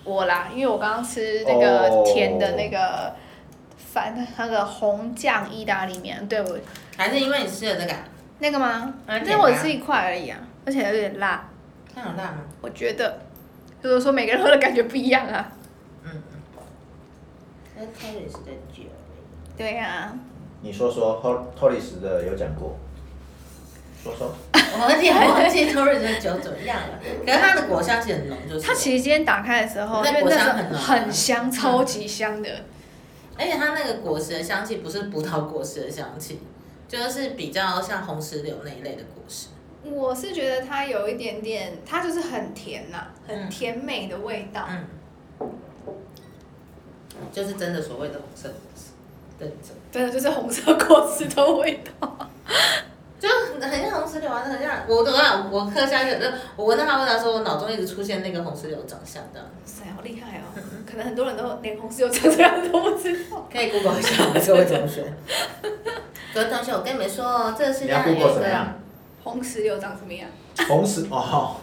[SPEAKER 3] 我啦，因为我刚刚吃那个
[SPEAKER 4] 哦
[SPEAKER 3] 甜的那个饭，那个红酱意大利面，对我
[SPEAKER 2] 还是因为你吃了这个啊？
[SPEAKER 3] 那个吗？
[SPEAKER 2] 嗯
[SPEAKER 3] 但是我吃一块而已啊，而且有点辣，
[SPEAKER 2] 看有辣吗？
[SPEAKER 3] 我觉得。就是说每个人喝的感觉不一样啊。
[SPEAKER 2] 那开水是的酒。
[SPEAKER 3] 对呀、
[SPEAKER 2] 啊
[SPEAKER 4] 你说说托托里斯的有讲过，说说，
[SPEAKER 2] 我忘记我忘记 t o r r 的酒怎么样了，可是它的果香气很浓，就是。
[SPEAKER 3] 它其实今天打开的时候，因
[SPEAKER 2] 那
[SPEAKER 3] 为
[SPEAKER 2] 果
[SPEAKER 3] 那
[SPEAKER 2] 香
[SPEAKER 3] 时
[SPEAKER 2] 很嗯
[SPEAKER 3] 候
[SPEAKER 2] 浓
[SPEAKER 3] 很香，超级香的。
[SPEAKER 2] 而且它那个果实的香气不是葡萄果实的香气，就是比较像红石榴那一类的果实。
[SPEAKER 3] 我是觉得它有一点点，它就是很甜呐、很甜美的味道。
[SPEAKER 2] 嗯，就是真的所谓的红色果实，认真，
[SPEAKER 3] 真的就是红色果汁的味
[SPEAKER 2] [laughs]
[SPEAKER 3] 道。
[SPEAKER 2] 就很像红石榴啊，很像我都啊，我喝下去，我闻到它味道的时候，我脑中一直出现那个红石榴长相的，
[SPEAKER 3] 哇塞，好厉害哦！
[SPEAKER 2] 嗯
[SPEAKER 3] 可能很多人都连红石榴长这样都不知
[SPEAKER 2] [laughs]
[SPEAKER 3] 道。
[SPEAKER 2] 可以 Google 一下
[SPEAKER 4] [laughs]
[SPEAKER 2] 各位同学。 [laughs] 各位同学，我跟你们说哦，这个世
[SPEAKER 4] 你
[SPEAKER 2] 界
[SPEAKER 4] 要
[SPEAKER 2] 上有
[SPEAKER 4] Google
[SPEAKER 2] 一
[SPEAKER 4] 什么
[SPEAKER 2] 个
[SPEAKER 4] 样？
[SPEAKER 3] 红石榴长什么样？
[SPEAKER 4] 红石哦，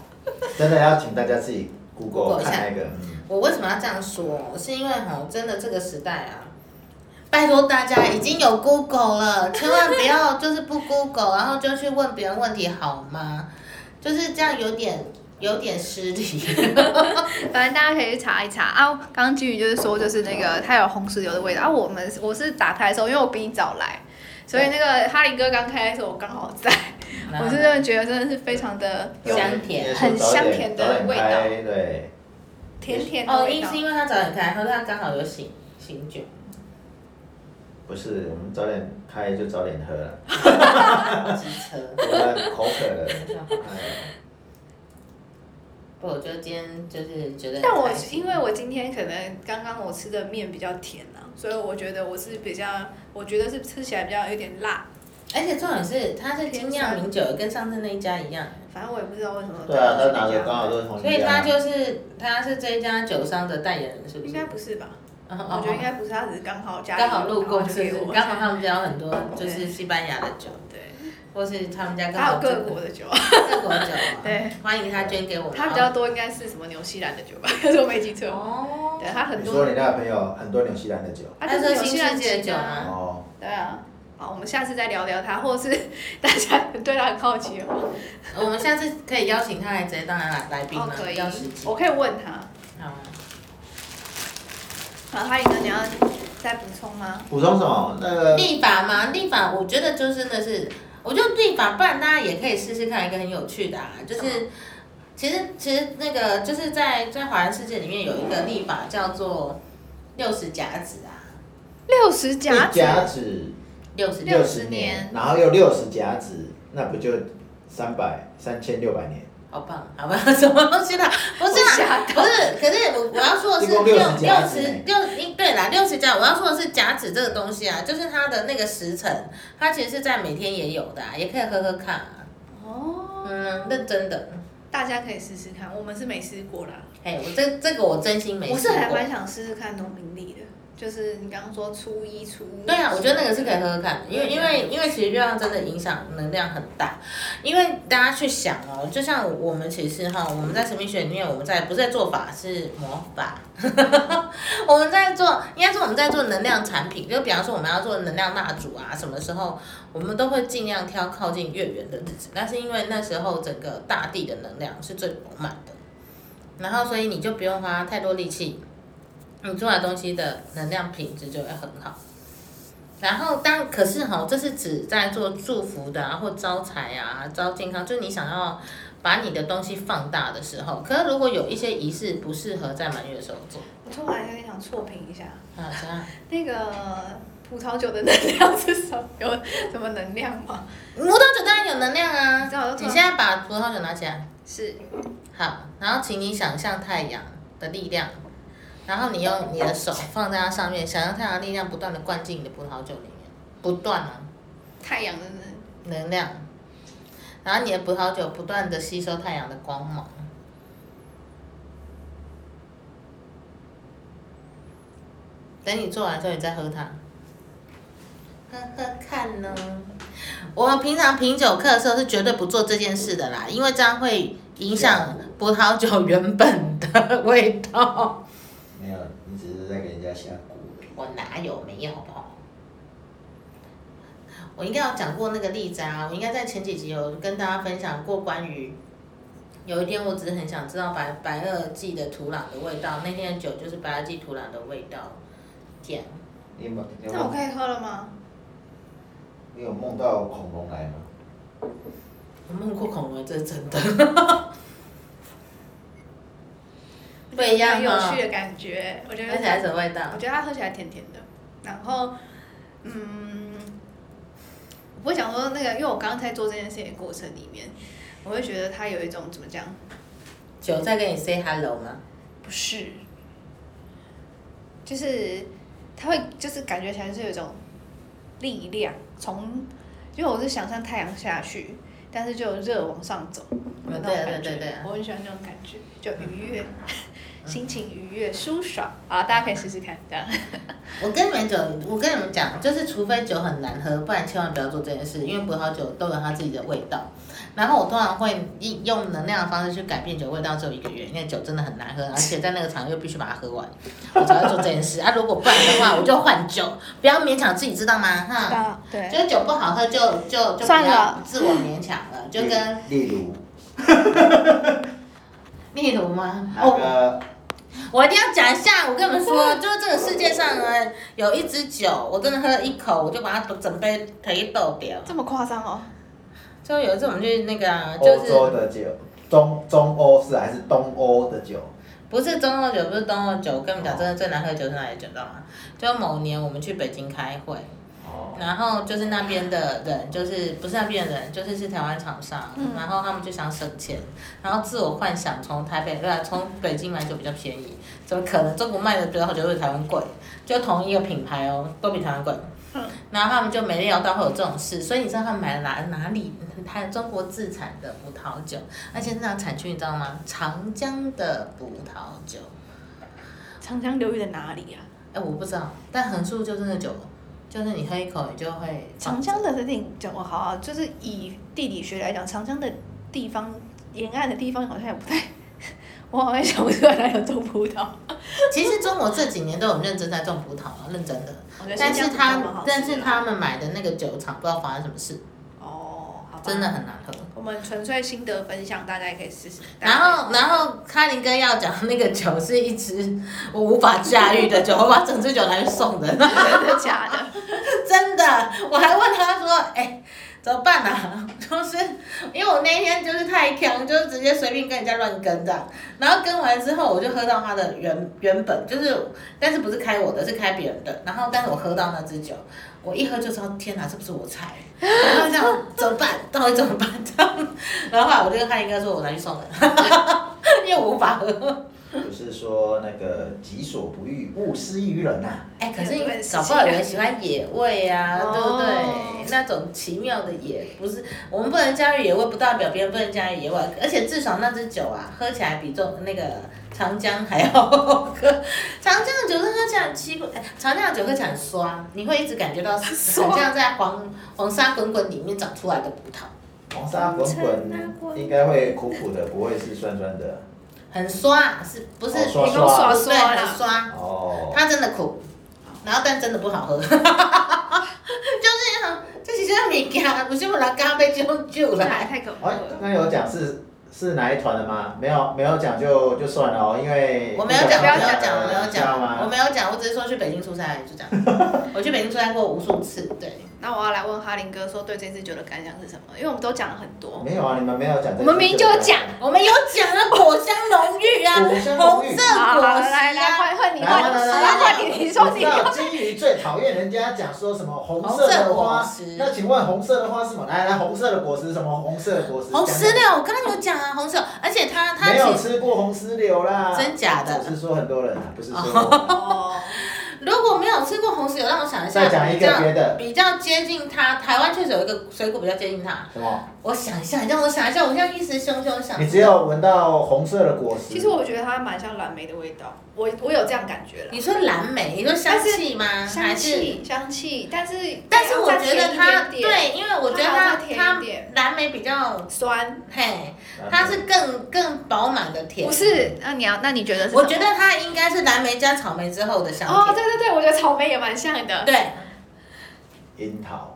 [SPEAKER 4] 真的要请大家自己
[SPEAKER 2] Google
[SPEAKER 4] Google
[SPEAKER 2] 一下
[SPEAKER 4] 看那个，嗯。
[SPEAKER 2] 我为什么要这样说？是因为吼，真的这个时代啊，拜托大家已经有 Google 了，千万不要就是不 Google，然后就去问别人问题好吗？就是这样有点有点失礼。
[SPEAKER 3] 反正大家可以去查一查啊。刚刚金宇就是说，就是那个它有红石榴的味道啊。我们我是打开的时候，因为我比你早来，所以那个哈林哥刚开的时候我刚好在， [laughs] 我是真的觉得真的是非常的有
[SPEAKER 2] 香甜
[SPEAKER 3] 很香甜的味道
[SPEAKER 4] 早点开对，
[SPEAKER 3] 甜甜的
[SPEAKER 2] [laughs] 哦，
[SPEAKER 3] 味
[SPEAKER 2] 因
[SPEAKER 3] 道
[SPEAKER 2] 是。因为他早点开，然后他刚好有醒醒酒。
[SPEAKER 4] 不是我们早点开就早点喝了，
[SPEAKER 2] 机车。
[SPEAKER 4] 我们口渴了。 [laughs] 哎
[SPEAKER 2] 不，我就今天就是觉得很开心。
[SPEAKER 3] 但我因为我今天可能刚刚我吃的面比较甜啊，所以我觉得我是比较，我觉得是吃起来比较有点辣。
[SPEAKER 2] 而且重点是它是精酿名酒，跟上次那一家一样。
[SPEAKER 3] 反正我也不知道为什么。
[SPEAKER 4] 对啊，他拿的刚好都是同一家。
[SPEAKER 2] 所以他就是他是这一家酒商的代言人，是不是？
[SPEAKER 3] 应该不是吧？
[SPEAKER 2] 哦
[SPEAKER 3] 我
[SPEAKER 2] 哦
[SPEAKER 3] 觉得应该不是，他只是刚好家里
[SPEAKER 2] 刚好路过，
[SPEAKER 3] 然后
[SPEAKER 2] 是
[SPEAKER 3] 就给
[SPEAKER 2] 不是？
[SPEAKER 3] 我
[SPEAKER 2] 刚好他们家有很多就是西班牙的酒，
[SPEAKER 3] 对，
[SPEAKER 2] 或是他们家刚
[SPEAKER 3] 还有
[SPEAKER 2] 好
[SPEAKER 3] 各国的酒，
[SPEAKER 2] 各国酒，
[SPEAKER 3] [laughs] 对，
[SPEAKER 2] 欢迎他捐给我们。
[SPEAKER 3] 他比较多应该是什么纽西兰的酒吧？ [laughs] 可是我没记错。
[SPEAKER 2] 哦，
[SPEAKER 3] 对他很
[SPEAKER 4] 你说
[SPEAKER 3] 多，
[SPEAKER 4] 你那个朋友很多纽西兰的酒
[SPEAKER 3] 他就是纽西兰
[SPEAKER 2] 他是新世界
[SPEAKER 3] 籍
[SPEAKER 2] 酒
[SPEAKER 3] 啊。
[SPEAKER 2] 吗
[SPEAKER 4] 哦，
[SPEAKER 3] 对啊，好，我们下次再聊聊他，或者是大家对他很好奇哦的话，
[SPEAKER 2] 我们下次可以邀请他来直接当来来宾
[SPEAKER 3] 哦
[SPEAKER 2] 吗？
[SPEAKER 3] 可以
[SPEAKER 2] 要时，机。
[SPEAKER 3] 我可以问他。
[SPEAKER 2] 好啊，
[SPEAKER 3] 好，哈林哥，你要再补充吗？
[SPEAKER 4] 补充什么？那个
[SPEAKER 2] 立法嘛，立法，我觉得就真的是，我觉得立法，不然大家也可以试试看一个很有趣的啊，就是。其实，其实那个就是在在华人世界里面有一个立法叫做六十甲子啊，
[SPEAKER 3] 六十甲
[SPEAKER 4] 一
[SPEAKER 3] 子，
[SPEAKER 4] 甲子
[SPEAKER 2] 六十
[SPEAKER 3] 六
[SPEAKER 4] 十
[SPEAKER 3] 十年
[SPEAKER 4] 然后又六十甲子，那不就三百三千六百年？
[SPEAKER 2] 好棒，啊好吧， [laughs] 什么东西啦？不是
[SPEAKER 3] 吓
[SPEAKER 2] 啊，不是，可是我我要说的是
[SPEAKER 4] 一共
[SPEAKER 2] 六
[SPEAKER 4] 60
[SPEAKER 2] 六
[SPEAKER 4] 甲子
[SPEAKER 2] 十
[SPEAKER 4] 呢
[SPEAKER 2] 六，对啦，六十甲，我要说的是甲子这个东西啊，就是它的那个时辰，它其实是在每天也有的、啊，也可以喝喝看啊。
[SPEAKER 3] 哦，
[SPEAKER 2] 嗯，认真的，
[SPEAKER 3] 大家可以试试看，我们是没试过啦。
[SPEAKER 2] 哎，我这这个我真心没
[SPEAKER 3] 我
[SPEAKER 2] 试
[SPEAKER 3] 是
[SPEAKER 2] 过。
[SPEAKER 3] 还蛮想试试看农民历的，就是你刚刚说初一、初二。
[SPEAKER 2] 对啊，我觉得那个是可以喝喝看的，因为因为因为其实月亮真的影响能量很大，因为大家去想哦，就像我们其实哈，我们在神秘学里面，我们在不是在做法是魔法， [laughs] 我们在做应该说我们在做能量产品，就比方说我们要做能量蜡烛啊，什么时候我们都会尽量挑靠近月圆的日子，那是因为那时候整个大地的能量是最饱满的，然后所以你就不用花太多力气，你做的东西的能量品质就会很好。然后当可是哈，这是指在做祝福的啊，或招财啊、招健康，就是你想要把你的东西放大的时候。可是如果有一些仪式不适合在满月的时候做，
[SPEAKER 3] 我突然有点想错评一下，
[SPEAKER 2] 啊，这样
[SPEAKER 3] 那个葡萄酒的能量是什么？有什么能量吗？
[SPEAKER 2] 葡萄酒当然有能量
[SPEAKER 3] 你
[SPEAKER 2] 啊
[SPEAKER 3] 知道我就。突
[SPEAKER 2] 你
[SPEAKER 3] 然
[SPEAKER 2] 现在把葡萄酒拿起来，
[SPEAKER 3] 是
[SPEAKER 2] 好，然后请你想象太阳的力量，然后你用你的手放在它上面，想象太阳的力量不断的灌进你的葡萄酒里面，不断啊。
[SPEAKER 3] 太阳的能
[SPEAKER 2] 能量，然后你的葡萄酒不断的吸收太阳的光芒。等你做完之后，你再喝它。喝喝看呢。我们平常品酒课的时候是绝对不做这件事的啦，因为这样会影响葡萄酒原本的味道。
[SPEAKER 4] 没有，你只是在给人家下蛊而已。
[SPEAKER 2] 我哪有没有好不好？我应该有讲过那个例子啊，我应该在前几集有跟大家分享过关于，有一天我只是很想知道白白垩纪的土壤的味道，那天的酒就是白垩纪土壤的味道，这样。
[SPEAKER 4] 你有没有你有没
[SPEAKER 3] 那我
[SPEAKER 4] 有
[SPEAKER 3] 可以喝了吗？
[SPEAKER 4] 你有梦到恐龙来吗？
[SPEAKER 2] 我梦过恐龙，这是真的。不一样
[SPEAKER 3] 有
[SPEAKER 2] 啊
[SPEAKER 3] 趣，的感觉，我觉得
[SPEAKER 2] [laughs] 而且还是有味道。
[SPEAKER 3] 我觉得它喝起来甜甜的，然后，嗯，我会想说那个，因为我刚刚在做这件事情的过程里面，我会觉得它有一种怎么讲，
[SPEAKER 2] 酒在跟你 say hello 吗？
[SPEAKER 3] 不是，就是它会就是感觉起来是有一种力量，从因为我是想像太阳下去，但是就有热往上走，有那种
[SPEAKER 2] 嗯对对啊
[SPEAKER 3] 感觉
[SPEAKER 2] 对嗯对
[SPEAKER 3] 我很喜欢那种感觉，就愉悦， [laughs] 心情愉悦、舒爽啊，大家可以试试看这样。
[SPEAKER 2] 我跟你们讲，我跟你们讲，就是除非酒很难喝，不然千万不要做这件事，因为葡萄酒都有它自己的味道。然后我通常会一用能量的方式去改变酒味道，只有一个月，因为酒真的很难喝，而且在那个场又必须把它喝完，我才会做这件事。啊，如果不然的话，我就换酒，不要勉强自己，知道吗？哈，
[SPEAKER 3] 啊，对
[SPEAKER 2] 就是酒不好喝就就就不
[SPEAKER 3] 算
[SPEAKER 2] 要
[SPEAKER 3] 了
[SPEAKER 2] 自我勉强了，就跟
[SPEAKER 4] 例例如
[SPEAKER 2] 例如吗？
[SPEAKER 4] 那
[SPEAKER 2] 哦，
[SPEAKER 4] 个
[SPEAKER 2] 我一定要讲一下，我跟你们说， [laughs] 就是这个世界上呢，有一支酒，我真的喝了一口，我就把它整杯推倒掉。
[SPEAKER 3] 这么夸张哦？
[SPEAKER 2] 就有一次我们去那个、啊，就
[SPEAKER 4] 欧
[SPEAKER 2] 是
[SPEAKER 4] 洲的酒，中中欧是还是东欧的酒？
[SPEAKER 2] 不是中欧酒，不是东欧酒，我跟你们讲，真的最难喝的酒是哪里的酒，知道吗？就某年我们去北京开会，
[SPEAKER 4] 哦，
[SPEAKER 2] 然后就是那边的人，就是不是那边的人，就是是台湾厂商，
[SPEAKER 3] 嗯
[SPEAKER 2] 然后他们就想省钱，然后自我幻想从台北对啊，从北京买酒比较便宜，怎么可能？中国卖的比较好，酒比台湾贵，就同一个品牌哦，都比台湾贵。
[SPEAKER 3] 嗯
[SPEAKER 2] 然后他们就没料到会有这种事，所以你知道他们买了哪哪里？台中国自产的葡萄酒，而且是那产区你知道吗？长江的葡萄酒，
[SPEAKER 3] 长江流域的哪里啊？
[SPEAKER 2] 哎，我不知道，但横竖就是那酒，就是你喝一口你就会
[SPEAKER 3] 长江的这地怎么好啊？就是以地理学来讲，长江的地方沿岸的地方好像也不太， [laughs] 我好像想不出来哪有种葡萄。
[SPEAKER 2] 其实中国这几年都有认真在种葡萄了，认真的。
[SPEAKER 3] 我觉得
[SPEAKER 2] 但
[SPEAKER 3] 新
[SPEAKER 2] 是
[SPEAKER 3] 疆葡萄蛮好吃
[SPEAKER 2] 他
[SPEAKER 3] 的啊
[SPEAKER 2] 但是他们买的那个酒厂不知道发生什么事，
[SPEAKER 3] 哦，好吧
[SPEAKER 2] 真的。很难喝。
[SPEAKER 3] 我们纯粹心得分享，大家也可以试试。
[SPEAKER 2] 然后，然后卡林哥要讲那个酒是一支我无法驾驭的酒，我把整支酒拿去送人，
[SPEAKER 3] [laughs] 真的假的？
[SPEAKER 2] 真的，我还问他说，哎、怎么办啊？ [laughs] 就是因为我那一天就是太强，就是直接随便跟人家乱跟这样，然后跟完之后我就喝到他的原原本就是，但是不是开我的，是开别人的，然后但是我喝到那支酒，我一喝就知道天哪，这不是我菜，然后这样怎么办？到底怎么办？这样，然后后来我就跟他应该说，我拿去送人， [laughs] 因为我无法喝。
[SPEAKER 4] 就是说那个己所不欲，勿施于人啊呐、
[SPEAKER 2] 哎、可是搞不好有人喜欢野味啊，
[SPEAKER 3] 哦
[SPEAKER 2] 对不对？那种奇妙的野，不是我们不能驾驭野味，不代表别人不能驾驭野味。而且至少那支酒啊，喝起来比这那个长江还要好喝。长江的酒是喝起来很奇怪，哎长江的酒喝起来很酸，你会一直感觉到很像在黄黄沙滚滚里面长出来的葡萄，
[SPEAKER 4] 黄沙滚滚应该会苦苦的，不会是酸酸的。
[SPEAKER 2] 很刷，是不是？
[SPEAKER 4] 哦刷
[SPEAKER 3] 你说刷啊
[SPEAKER 2] 对，
[SPEAKER 3] 刷
[SPEAKER 2] 很
[SPEAKER 3] 啦
[SPEAKER 2] 刷。
[SPEAKER 4] 哦，
[SPEAKER 2] 它真的苦，然后但真的不
[SPEAKER 4] [laughs]
[SPEAKER 2] 好喝，就是啊，这是啥物件？不是我拿咖啡这种酒
[SPEAKER 3] 这还
[SPEAKER 2] 来。
[SPEAKER 3] 太可怕
[SPEAKER 4] 哎，
[SPEAKER 3] 了。
[SPEAKER 4] 那有讲是是哪一团的吗？没有没有讲就就算了哦，因为
[SPEAKER 2] 我没有讲，
[SPEAKER 3] 不
[SPEAKER 2] 我
[SPEAKER 3] 要
[SPEAKER 2] 没有
[SPEAKER 3] 讲
[SPEAKER 2] 讲，我没有
[SPEAKER 4] 知道
[SPEAKER 2] 讲，我
[SPEAKER 4] 吗？
[SPEAKER 2] 没有讲，我只是说去北京出差而已，就
[SPEAKER 4] [laughs]
[SPEAKER 2] 这样。我去北京出差过无数次，对，
[SPEAKER 3] 那我要来问哈林哥说对这支酒的感想是什么？因为我们都讲了很多，
[SPEAKER 4] 没有啊，你们没有讲。
[SPEAKER 3] 我们明明就有讲。
[SPEAKER 2] 我们有讲啊，果香浓郁啊，
[SPEAKER 4] 果香浓
[SPEAKER 2] 红
[SPEAKER 4] 郁
[SPEAKER 2] 色
[SPEAKER 3] 好，
[SPEAKER 2] 果实
[SPEAKER 3] 来来
[SPEAKER 2] 啊，
[SPEAKER 3] 换换你
[SPEAKER 4] 来来
[SPEAKER 3] 换你
[SPEAKER 4] 来
[SPEAKER 3] 来
[SPEAKER 4] 来
[SPEAKER 3] 换你，你说
[SPEAKER 4] 你
[SPEAKER 3] 你
[SPEAKER 4] 知道金鱼最讨厌人家讲说什么红
[SPEAKER 2] 红
[SPEAKER 4] 色的
[SPEAKER 2] 色果
[SPEAKER 4] 花
[SPEAKER 2] 实，
[SPEAKER 4] 那请问红色的花是什么？来来，红色的果实是什么？红色的果实。
[SPEAKER 2] 红石
[SPEAKER 4] 讲
[SPEAKER 2] 榴，我刚刚有讲啊，红石榴，而且它它
[SPEAKER 4] 没有
[SPEAKER 2] 其实
[SPEAKER 4] 吃过红石榴啦。
[SPEAKER 2] 真假的
[SPEAKER 4] 我是说很多人啊，不是说我。
[SPEAKER 3] 哦，
[SPEAKER 2] 如果没有吃过红石榴，让我想一下，
[SPEAKER 4] 再讲一
[SPEAKER 2] 比较
[SPEAKER 4] 个别的
[SPEAKER 2] 比较接近它，台湾确实有一个水果比较接近它，
[SPEAKER 4] 什么？
[SPEAKER 2] 我想一下，你让我想一下，我现在一时汹汹想。
[SPEAKER 4] 你只有闻到红色的果实，
[SPEAKER 3] 其实我觉得它蛮像蓝莓的味道，我我有这样感觉了。
[SPEAKER 2] 你说蓝莓，你说香气吗？
[SPEAKER 3] 香
[SPEAKER 2] 嗯还是
[SPEAKER 3] 气，香气，但是
[SPEAKER 2] 但是我
[SPEAKER 3] 再
[SPEAKER 2] 觉得
[SPEAKER 3] 甜一
[SPEAKER 2] 它
[SPEAKER 3] 点点
[SPEAKER 2] 对，因为我觉得
[SPEAKER 3] 它
[SPEAKER 2] 它
[SPEAKER 3] 好像甜
[SPEAKER 2] 它
[SPEAKER 3] 一点
[SPEAKER 2] 蓝莓比较
[SPEAKER 3] 酸，
[SPEAKER 2] 嘿，它是更更饱满的甜。
[SPEAKER 3] 不，是？那你要，那你觉得是什么？
[SPEAKER 2] 我觉得它应该是蓝莓加草莓之后的香
[SPEAKER 3] 哦，
[SPEAKER 2] 甜。
[SPEAKER 3] 对对对，我觉得草莓也蛮像的。
[SPEAKER 2] 对，
[SPEAKER 4] 樱桃。
[SPEAKER 3] 哦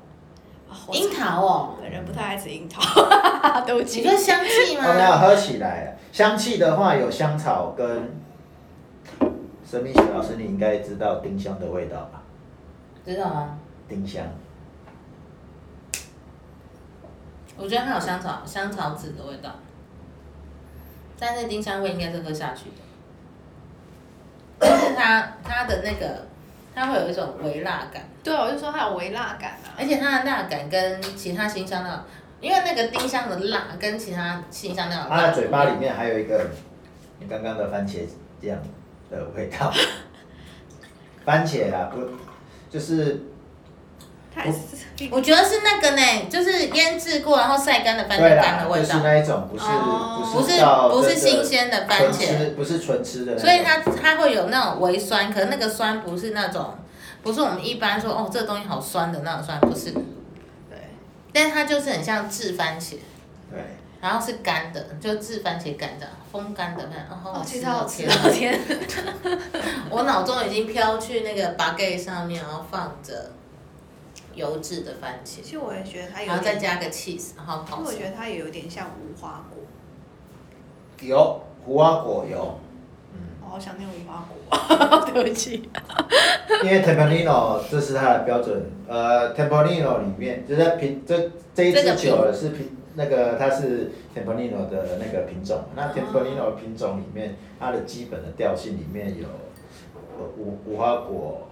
[SPEAKER 3] 我
[SPEAKER 2] 樱桃哦，
[SPEAKER 3] 本人不太爱吃樱桃， [laughs] 对不
[SPEAKER 2] 你
[SPEAKER 3] 起
[SPEAKER 2] 说。香气
[SPEAKER 4] 我们要
[SPEAKER 2] 吗？
[SPEAKER 4] 哦喝起来了。香气的话，有香草跟神秘学老师，你应该知道丁香的味道吧？
[SPEAKER 2] 知道啊，
[SPEAKER 4] 丁香，
[SPEAKER 2] 我觉得它有香草香草籽的味道，但是丁香味应该是喝下去的，但是它它的那个它会有一种微辣感。啊
[SPEAKER 3] 对，我就说它有微辣感啊。
[SPEAKER 2] 而且它的辣感跟其他新香料，因为那个丁香的辣跟其他新香料的
[SPEAKER 4] 它
[SPEAKER 2] 辣
[SPEAKER 4] 的嘴巴里面还有一个你刚刚的番茄酱的味
[SPEAKER 2] [laughs]
[SPEAKER 4] 道，番茄啊，不，就是
[SPEAKER 3] 它也是
[SPEAKER 2] 我觉得是那个呢，就是腌制过然后晒干的番
[SPEAKER 4] 对
[SPEAKER 2] 茄干
[SPEAKER 4] 啦，
[SPEAKER 2] 的
[SPEAKER 4] 就
[SPEAKER 2] 味
[SPEAKER 4] 是
[SPEAKER 2] 道，
[SPEAKER 4] 那一种，不是、
[SPEAKER 3] 哦
[SPEAKER 4] 不
[SPEAKER 2] 不
[SPEAKER 4] 是
[SPEAKER 2] 是
[SPEAKER 4] 到
[SPEAKER 2] 不是
[SPEAKER 4] 真的
[SPEAKER 2] 新鲜的番
[SPEAKER 4] 纯吃
[SPEAKER 2] 茄，
[SPEAKER 4] 不是纯吃的那种，
[SPEAKER 2] 所以它它会有那种微酸，可是那个酸不是那种，不是我们一般说哦这东西好酸的那种酸，不是，
[SPEAKER 3] 对，
[SPEAKER 2] 但是它就是很像制番茄。
[SPEAKER 4] 对，
[SPEAKER 2] 然后是干的，就制番茄干的，风干的，看，哦，
[SPEAKER 3] 哦，其实
[SPEAKER 2] 好
[SPEAKER 3] 好
[SPEAKER 2] 好
[SPEAKER 3] 吃
[SPEAKER 2] 天啊
[SPEAKER 3] 哦，天，
[SPEAKER 2] [laughs] 我脑中已经飘去那个 baguette 上面，然后放着油制的番茄，
[SPEAKER 3] 其实我也觉得它有
[SPEAKER 2] 然后再
[SPEAKER 3] 点，
[SPEAKER 2] 加个 cheese，然后
[SPEAKER 3] 因为
[SPEAKER 2] 好
[SPEAKER 3] 我
[SPEAKER 2] 吃
[SPEAKER 3] 觉。得它也有点像无花果，
[SPEAKER 4] 有胡瓜果油，
[SPEAKER 3] 我好想念无花果， [laughs] 对不起。
[SPEAKER 4] 因为 Tempranillo 这是它的标准，呃，Tempranillo 里面就是它品这这一
[SPEAKER 2] 这个
[SPEAKER 4] 支
[SPEAKER 2] 品
[SPEAKER 4] 酒的是品那个它是 Tempranillo 的那个品种，那 Tempranillo 品种里面它的基本的调性里面有呃无无花果，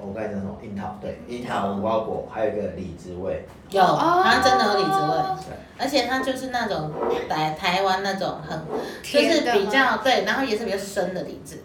[SPEAKER 4] 我刚才讲什么樱桃对，樱桃无花果，还有一个李子味，
[SPEAKER 2] 有，
[SPEAKER 3] 哦
[SPEAKER 2] 它真的有李子味，
[SPEAKER 4] 对，
[SPEAKER 2] 而且它就是那种台台湾那种很，就
[SPEAKER 3] 甜
[SPEAKER 2] 是
[SPEAKER 3] 的
[SPEAKER 2] 比
[SPEAKER 3] 吗
[SPEAKER 2] 较对，然后也是比较深的李子，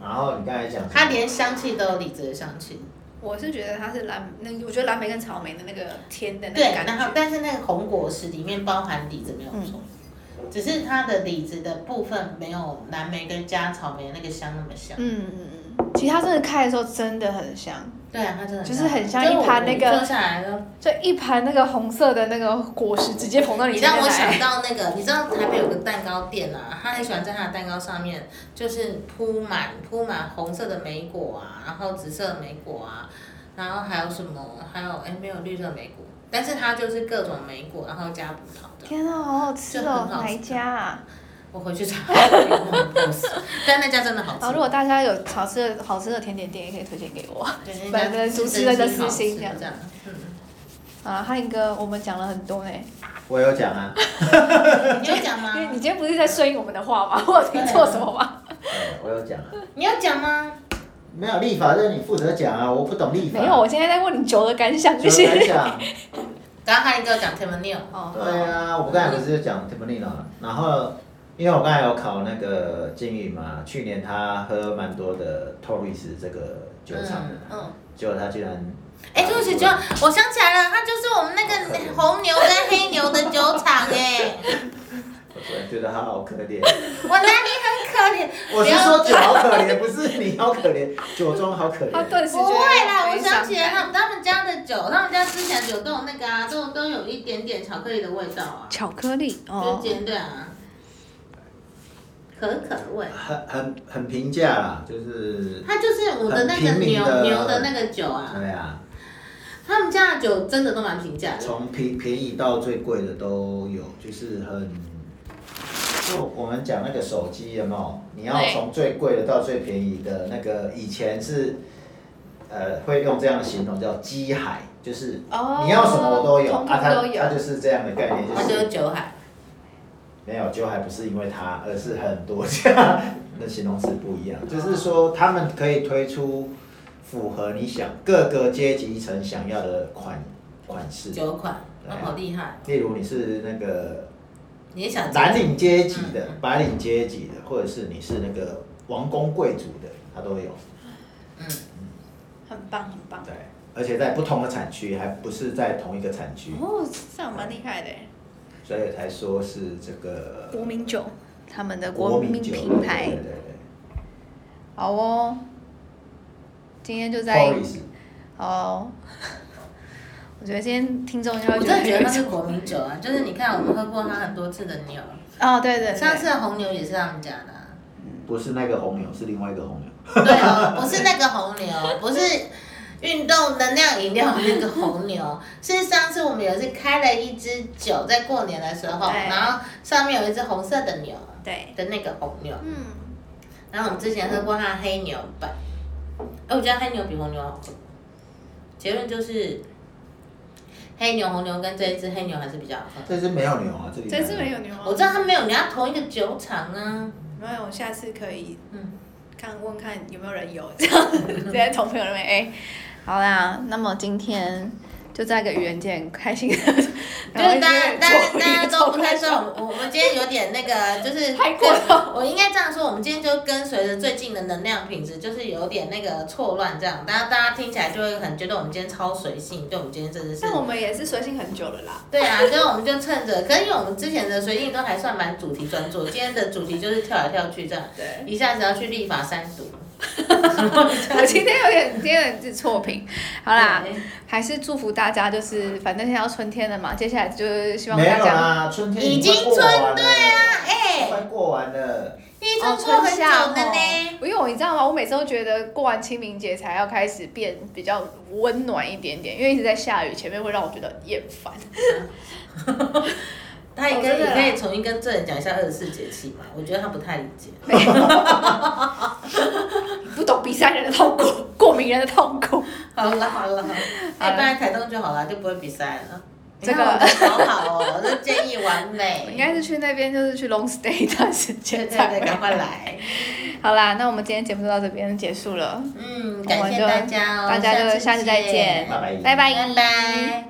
[SPEAKER 4] 然后你刚才讲什么
[SPEAKER 2] 它连香气都有李子的香气。
[SPEAKER 3] 我是觉得它是蓝，那我觉得蓝莓跟草莓的那个甜哎的那
[SPEAKER 2] 对
[SPEAKER 3] 个，感
[SPEAKER 2] 然后
[SPEAKER 3] 觉，
[SPEAKER 2] 但是那个红果实里面包含李子没有错，
[SPEAKER 3] 嗯
[SPEAKER 2] 只是它的李子的部分没有蓝莓跟加草莓那个香那么香。
[SPEAKER 3] 嗯嗯嗯，其实它真的开的时候真的很香，
[SPEAKER 2] 对啊，它真的
[SPEAKER 3] 就是很像一盘那个哦
[SPEAKER 2] 就我坐下来了。
[SPEAKER 3] 就一盘那个红色的那个果实直接捧到
[SPEAKER 2] 你
[SPEAKER 3] 你前
[SPEAKER 2] 让
[SPEAKER 3] 面
[SPEAKER 2] 我想
[SPEAKER 3] 来，
[SPEAKER 2] 到那个，你知道台北有个蛋糕店啊，他很喜欢在他的蛋糕上面就是铺满铺满红色的莓果啊，然后紫色的莓果啊，然后还有什么，还有哎没有绿色莓果，但是它就是各种莓果，然后加葡萄的。
[SPEAKER 3] 天啊，好好吃
[SPEAKER 2] 就
[SPEAKER 3] 哦
[SPEAKER 2] 很，好吃
[SPEAKER 3] 哪一家啊？
[SPEAKER 2] 我回去
[SPEAKER 3] [laughs]
[SPEAKER 2] 查，但那家真的好
[SPEAKER 3] 然后
[SPEAKER 2] 吃
[SPEAKER 3] 哦如。果大家有好吃的好吃的甜点店，也可以推荐给我。
[SPEAKER 2] [laughs] 对
[SPEAKER 3] 反正主持人的私心
[SPEAKER 2] 这
[SPEAKER 3] 这
[SPEAKER 2] 样
[SPEAKER 3] 样。
[SPEAKER 2] 嗯，
[SPEAKER 3] 啊，汉哥，我们讲了很多呢，
[SPEAKER 4] 我有讲啊，
[SPEAKER 2] [laughs] 你有讲
[SPEAKER 3] 因为你
[SPEAKER 2] 吗？
[SPEAKER 3] 今天不是在顺应我们的话吗？我有听错什么
[SPEAKER 2] [laughs]
[SPEAKER 3] 吗？
[SPEAKER 4] 对，我有讲啊，
[SPEAKER 2] 你有讲吗？
[SPEAKER 4] 没有立法任你负责讲啊，我不懂立法，
[SPEAKER 3] 没有，我现在在问你酒的感想这
[SPEAKER 2] [laughs]
[SPEAKER 4] 就
[SPEAKER 3] 些。
[SPEAKER 4] 来讲。
[SPEAKER 2] 刚刚他一个讲 t e m a n i l
[SPEAKER 3] 哦，
[SPEAKER 4] 对啊，我刚才不是就讲 t i m b l i n o 然后因为我刚才有考那个金宇嘛，去年他喝蛮多的 Torres 这个酒厂的，
[SPEAKER 3] 嗯，
[SPEAKER 4] 结果他居然，
[SPEAKER 2] 哎，对不起，就我想起来了，它就是我们那个红牛跟黑牛的酒厂哎， [laughs]
[SPEAKER 4] 我突然觉得他好可怜。
[SPEAKER 2] 我哪里很可怜？
[SPEAKER 4] 我
[SPEAKER 2] 不
[SPEAKER 4] 是
[SPEAKER 2] 要
[SPEAKER 4] 说酒好可怜，不是你好可怜，酒庄好可
[SPEAKER 3] 他
[SPEAKER 4] 怜。
[SPEAKER 3] 顿时
[SPEAKER 2] 不
[SPEAKER 3] 觉得
[SPEAKER 2] 会啦，
[SPEAKER 3] 很
[SPEAKER 2] 我
[SPEAKER 3] 悲
[SPEAKER 2] 想
[SPEAKER 3] 伤
[SPEAKER 2] 起来他们他们家的酒，他们家之前酒都有那个啊，都都有一点点巧克力的味道啊，
[SPEAKER 3] 巧克力
[SPEAKER 2] 就
[SPEAKER 3] 哦，
[SPEAKER 2] 尖对啊，可可味。
[SPEAKER 4] 很很很平价啦，就是
[SPEAKER 2] 它就是我的那个
[SPEAKER 4] 很平民
[SPEAKER 2] 牛
[SPEAKER 4] 的
[SPEAKER 2] 牛的那个酒啊，
[SPEAKER 4] 对啊，
[SPEAKER 2] 他们家的酒真的都蛮平价的。
[SPEAKER 4] 从便便宜到最贵的都有，就是很，就我们讲那个手机有没有？你要
[SPEAKER 3] 对
[SPEAKER 4] 从最贵的到最便宜的那个，以前是，呃，会用这样的形容叫“机海”，就是
[SPEAKER 3] 哦
[SPEAKER 4] 你要什么我都有，
[SPEAKER 3] 通通
[SPEAKER 4] 啊，它
[SPEAKER 3] 都有
[SPEAKER 4] 它就是这样的概念，
[SPEAKER 2] 它
[SPEAKER 4] 就
[SPEAKER 2] 就是是酒海，
[SPEAKER 4] 没有酒海不是因为它，而是很多家的形容词不一样，就是说他们可以推出符合你想各个阶级层想要的款款式。
[SPEAKER 2] 酒款，
[SPEAKER 4] 对
[SPEAKER 2] 哦，好厉害！
[SPEAKER 4] 例如你是那个
[SPEAKER 2] 你也想
[SPEAKER 4] 蓝领阶级的、白领阶级的，或者是你是那个王公贵族的，它都有。
[SPEAKER 3] 很棒很棒。
[SPEAKER 4] 对，而且在不同的产区，还不是在同一个产区。
[SPEAKER 2] 哦
[SPEAKER 3] 哦，这样蛮厉害的耶。
[SPEAKER 4] 所以才说是这个
[SPEAKER 3] 国民酒，他们的
[SPEAKER 4] 国
[SPEAKER 3] 国
[SPEAKER 4] 民
[SPEAKER 3] 民
[SPEAKER 4] 酒
[SPEAKER 3] 品牌
[SPEAKER 4] 对。对对
[SPEAKER 3] 好哦，今天就
[SPEAKER 4] 对
[SPEAKER 3] 在
[SPEAKER 4] ，Tories
[SPEAKER 3] 好 [laughs] 哦。我觉得今天听众就会
[SPEAKER 2] 我
[SPEAKER 3] 觉得
[SPEAKER 2] 真的觉得
[SPEAKER 3] 有一
[SPEAKER 2] 它是
[SPEAKER 3] 种
[SPEAKER 2] 国民酒
[SPEAKER 4] [laughs]
[SPEAKER 2] 啊，就是你看我们喝过它很多次的牛，
[SPEAKER 3] [laughs] 哦，对对对，
[SPEAKER 2] 上次的红牛也是他们家的、啊。
[SPEAKER 4] 不是那个红牛，是另外一个红牛。
[SPEAKER 2] 对哦， [laughs] 不是那个红牛，不是运动能量饮料那个红
[SPEAKER 4] [laughs]
[SPEAKER 2] 牛，是上次我们有一次开了一支酒，在过年的时候，
[SPEAKER 3] 对
[SPEAKER 2] 然后上面有一只红色的牛
[SPEAKER 3] 对，
[SPEAKER 2] 的那个红牛，
[SPEAKER 3] 嗯，
[SPEAKER 2] 然后我们之前喝过它的黑牛版，哎，我觉得黑牛比红牛好喝。结论就是，黑牛、红牛跟这一只黑牛还是比较好喝。
[SPEAKER 4] 这只没有牛啊，这里
[SPEAKER 3] 这次没有牛啊，
[SPEAKER 2] 我知道他没有，人家同一个酒厂啊。
[SPEAKER 3] 没有，下次可以
[SPEAKER 2] 嗯
[SPEAKER 3] 看问看有没有人有，这样
[SPEAKER 2] [laughs]
[SPEAKER 3] 子直接从朋友那边哎，好啦，那么今天就在个愚人节很开心的， [laughs]
[SPEAKER 2] 就大家大家大家都不太
[SPEAKER 3] 重
[SPEAKER 2] 重，我我们今天有点那个，就是
[SPEAKER 3] [laughs] 太过
[SPEAKER 2] 跟我应该这样说，我们今天就跟随着最近的能量品质，就是有点那个错乱这样，大家大家听起来就会很觉得我们今天超随性，对我们今天真的是
[SPEAKER 3] 但。我们也是随性很久了啦，
[SPEAKER 2] 对啊，所以我们就趁着，可是因为我们之前的随性都还算蛮主题专注，今天的主题就是跳来跳去这样，
[SPEAKER 3] 对。
[SPEAKER 2] 一下子要去立法三读。
[SPEAKER 3] [laughs] 我今天有点，今天有点错评。好啦，
[SPEAKER 2] 对，
[SPEAKER 3] 还是祝福大家，就是反正现在要春天了嘛，接下来就是希望
[SPEAKER 4] 没
[SPEAKER 3] 大
[SPEAKER 4] 有
[SPEAKER 3] 家
[SPEAKER 4] 啦，春天
[SPEAKER 2] 已经
[SPEAKER 4] 快过完了
[SPEAKER 2] 春对啊哎
[SPEAKER 4] 快过完了，
[SPEAKER 2] 第一
[SPEAKER 3] 哦
[SPEAKER 2] 次做很久
[SPEAKER 3] 夏
[SPEAKER 2] 的
[SPEAKER 3] 吼
[SPEAKER 2] 呢。
[SPEAKER 3] 因为我你知道吗？我每次都觉得过完清明节才要开始变比较温暖一点点，因为一直在下雨，前面会让我觉得厌烦。
[SPEAKER 2] 他也可
[SPEAKER 3] 哦真
[SPEAKER 2] 以，
[SPEAKER 3] 的
[SPEAKER 2] 你
[SPEAKER 3] 啊
[SPEAKER 2] 可以重新跟这人讲一下二十四节气嘛？我觉得他不太理解。
[SPEAKER 3] 不懂比赛人的 [laughs] 痛苦，过敏人的痛苦。
[SPEAKER 2] 好
[SPEAKER 3] [laughs]
[SPEAKER 2] 了好了，好了
[SPEAKER 3] 好了
[SPEAKER 2] 哎，不然台东就好了，就不会比赛了。
[SPEAKER 3] 这个
[SPEAKER 2] 你看我的好好哦，这建议完美。
[SPEAKER 3] 我应该是去那边就是去 long stay 一段时
[SPEAKER 2] 对
[SPEAKER 3] 间
[SPEAKER 2] 对
[SPEAKER 3] 才
[SPEAKER 2] 对，
[SPEAKER 3] 会
[SPEAKER 2] 赶快来。
[SPEAKER 3] [laughs] 好啦，那我们今天节目就到这边结束了，
[SPEAKER 2] 嗯，
[SPEAKER 3] [laughs] 我
[SPEAKER 2] 感
[SPEAKER 3] 们
[SPEAKER 2] 谢
[SPEAKER 3] 就
[SPEAKER 2] 大家哦，
[SPEAKER 3] 大家就下次再见
[SPEAKER 4] 拜拜。
[SPEAKER 3] 拜拜。
[SPEAKER 2] 拜拜。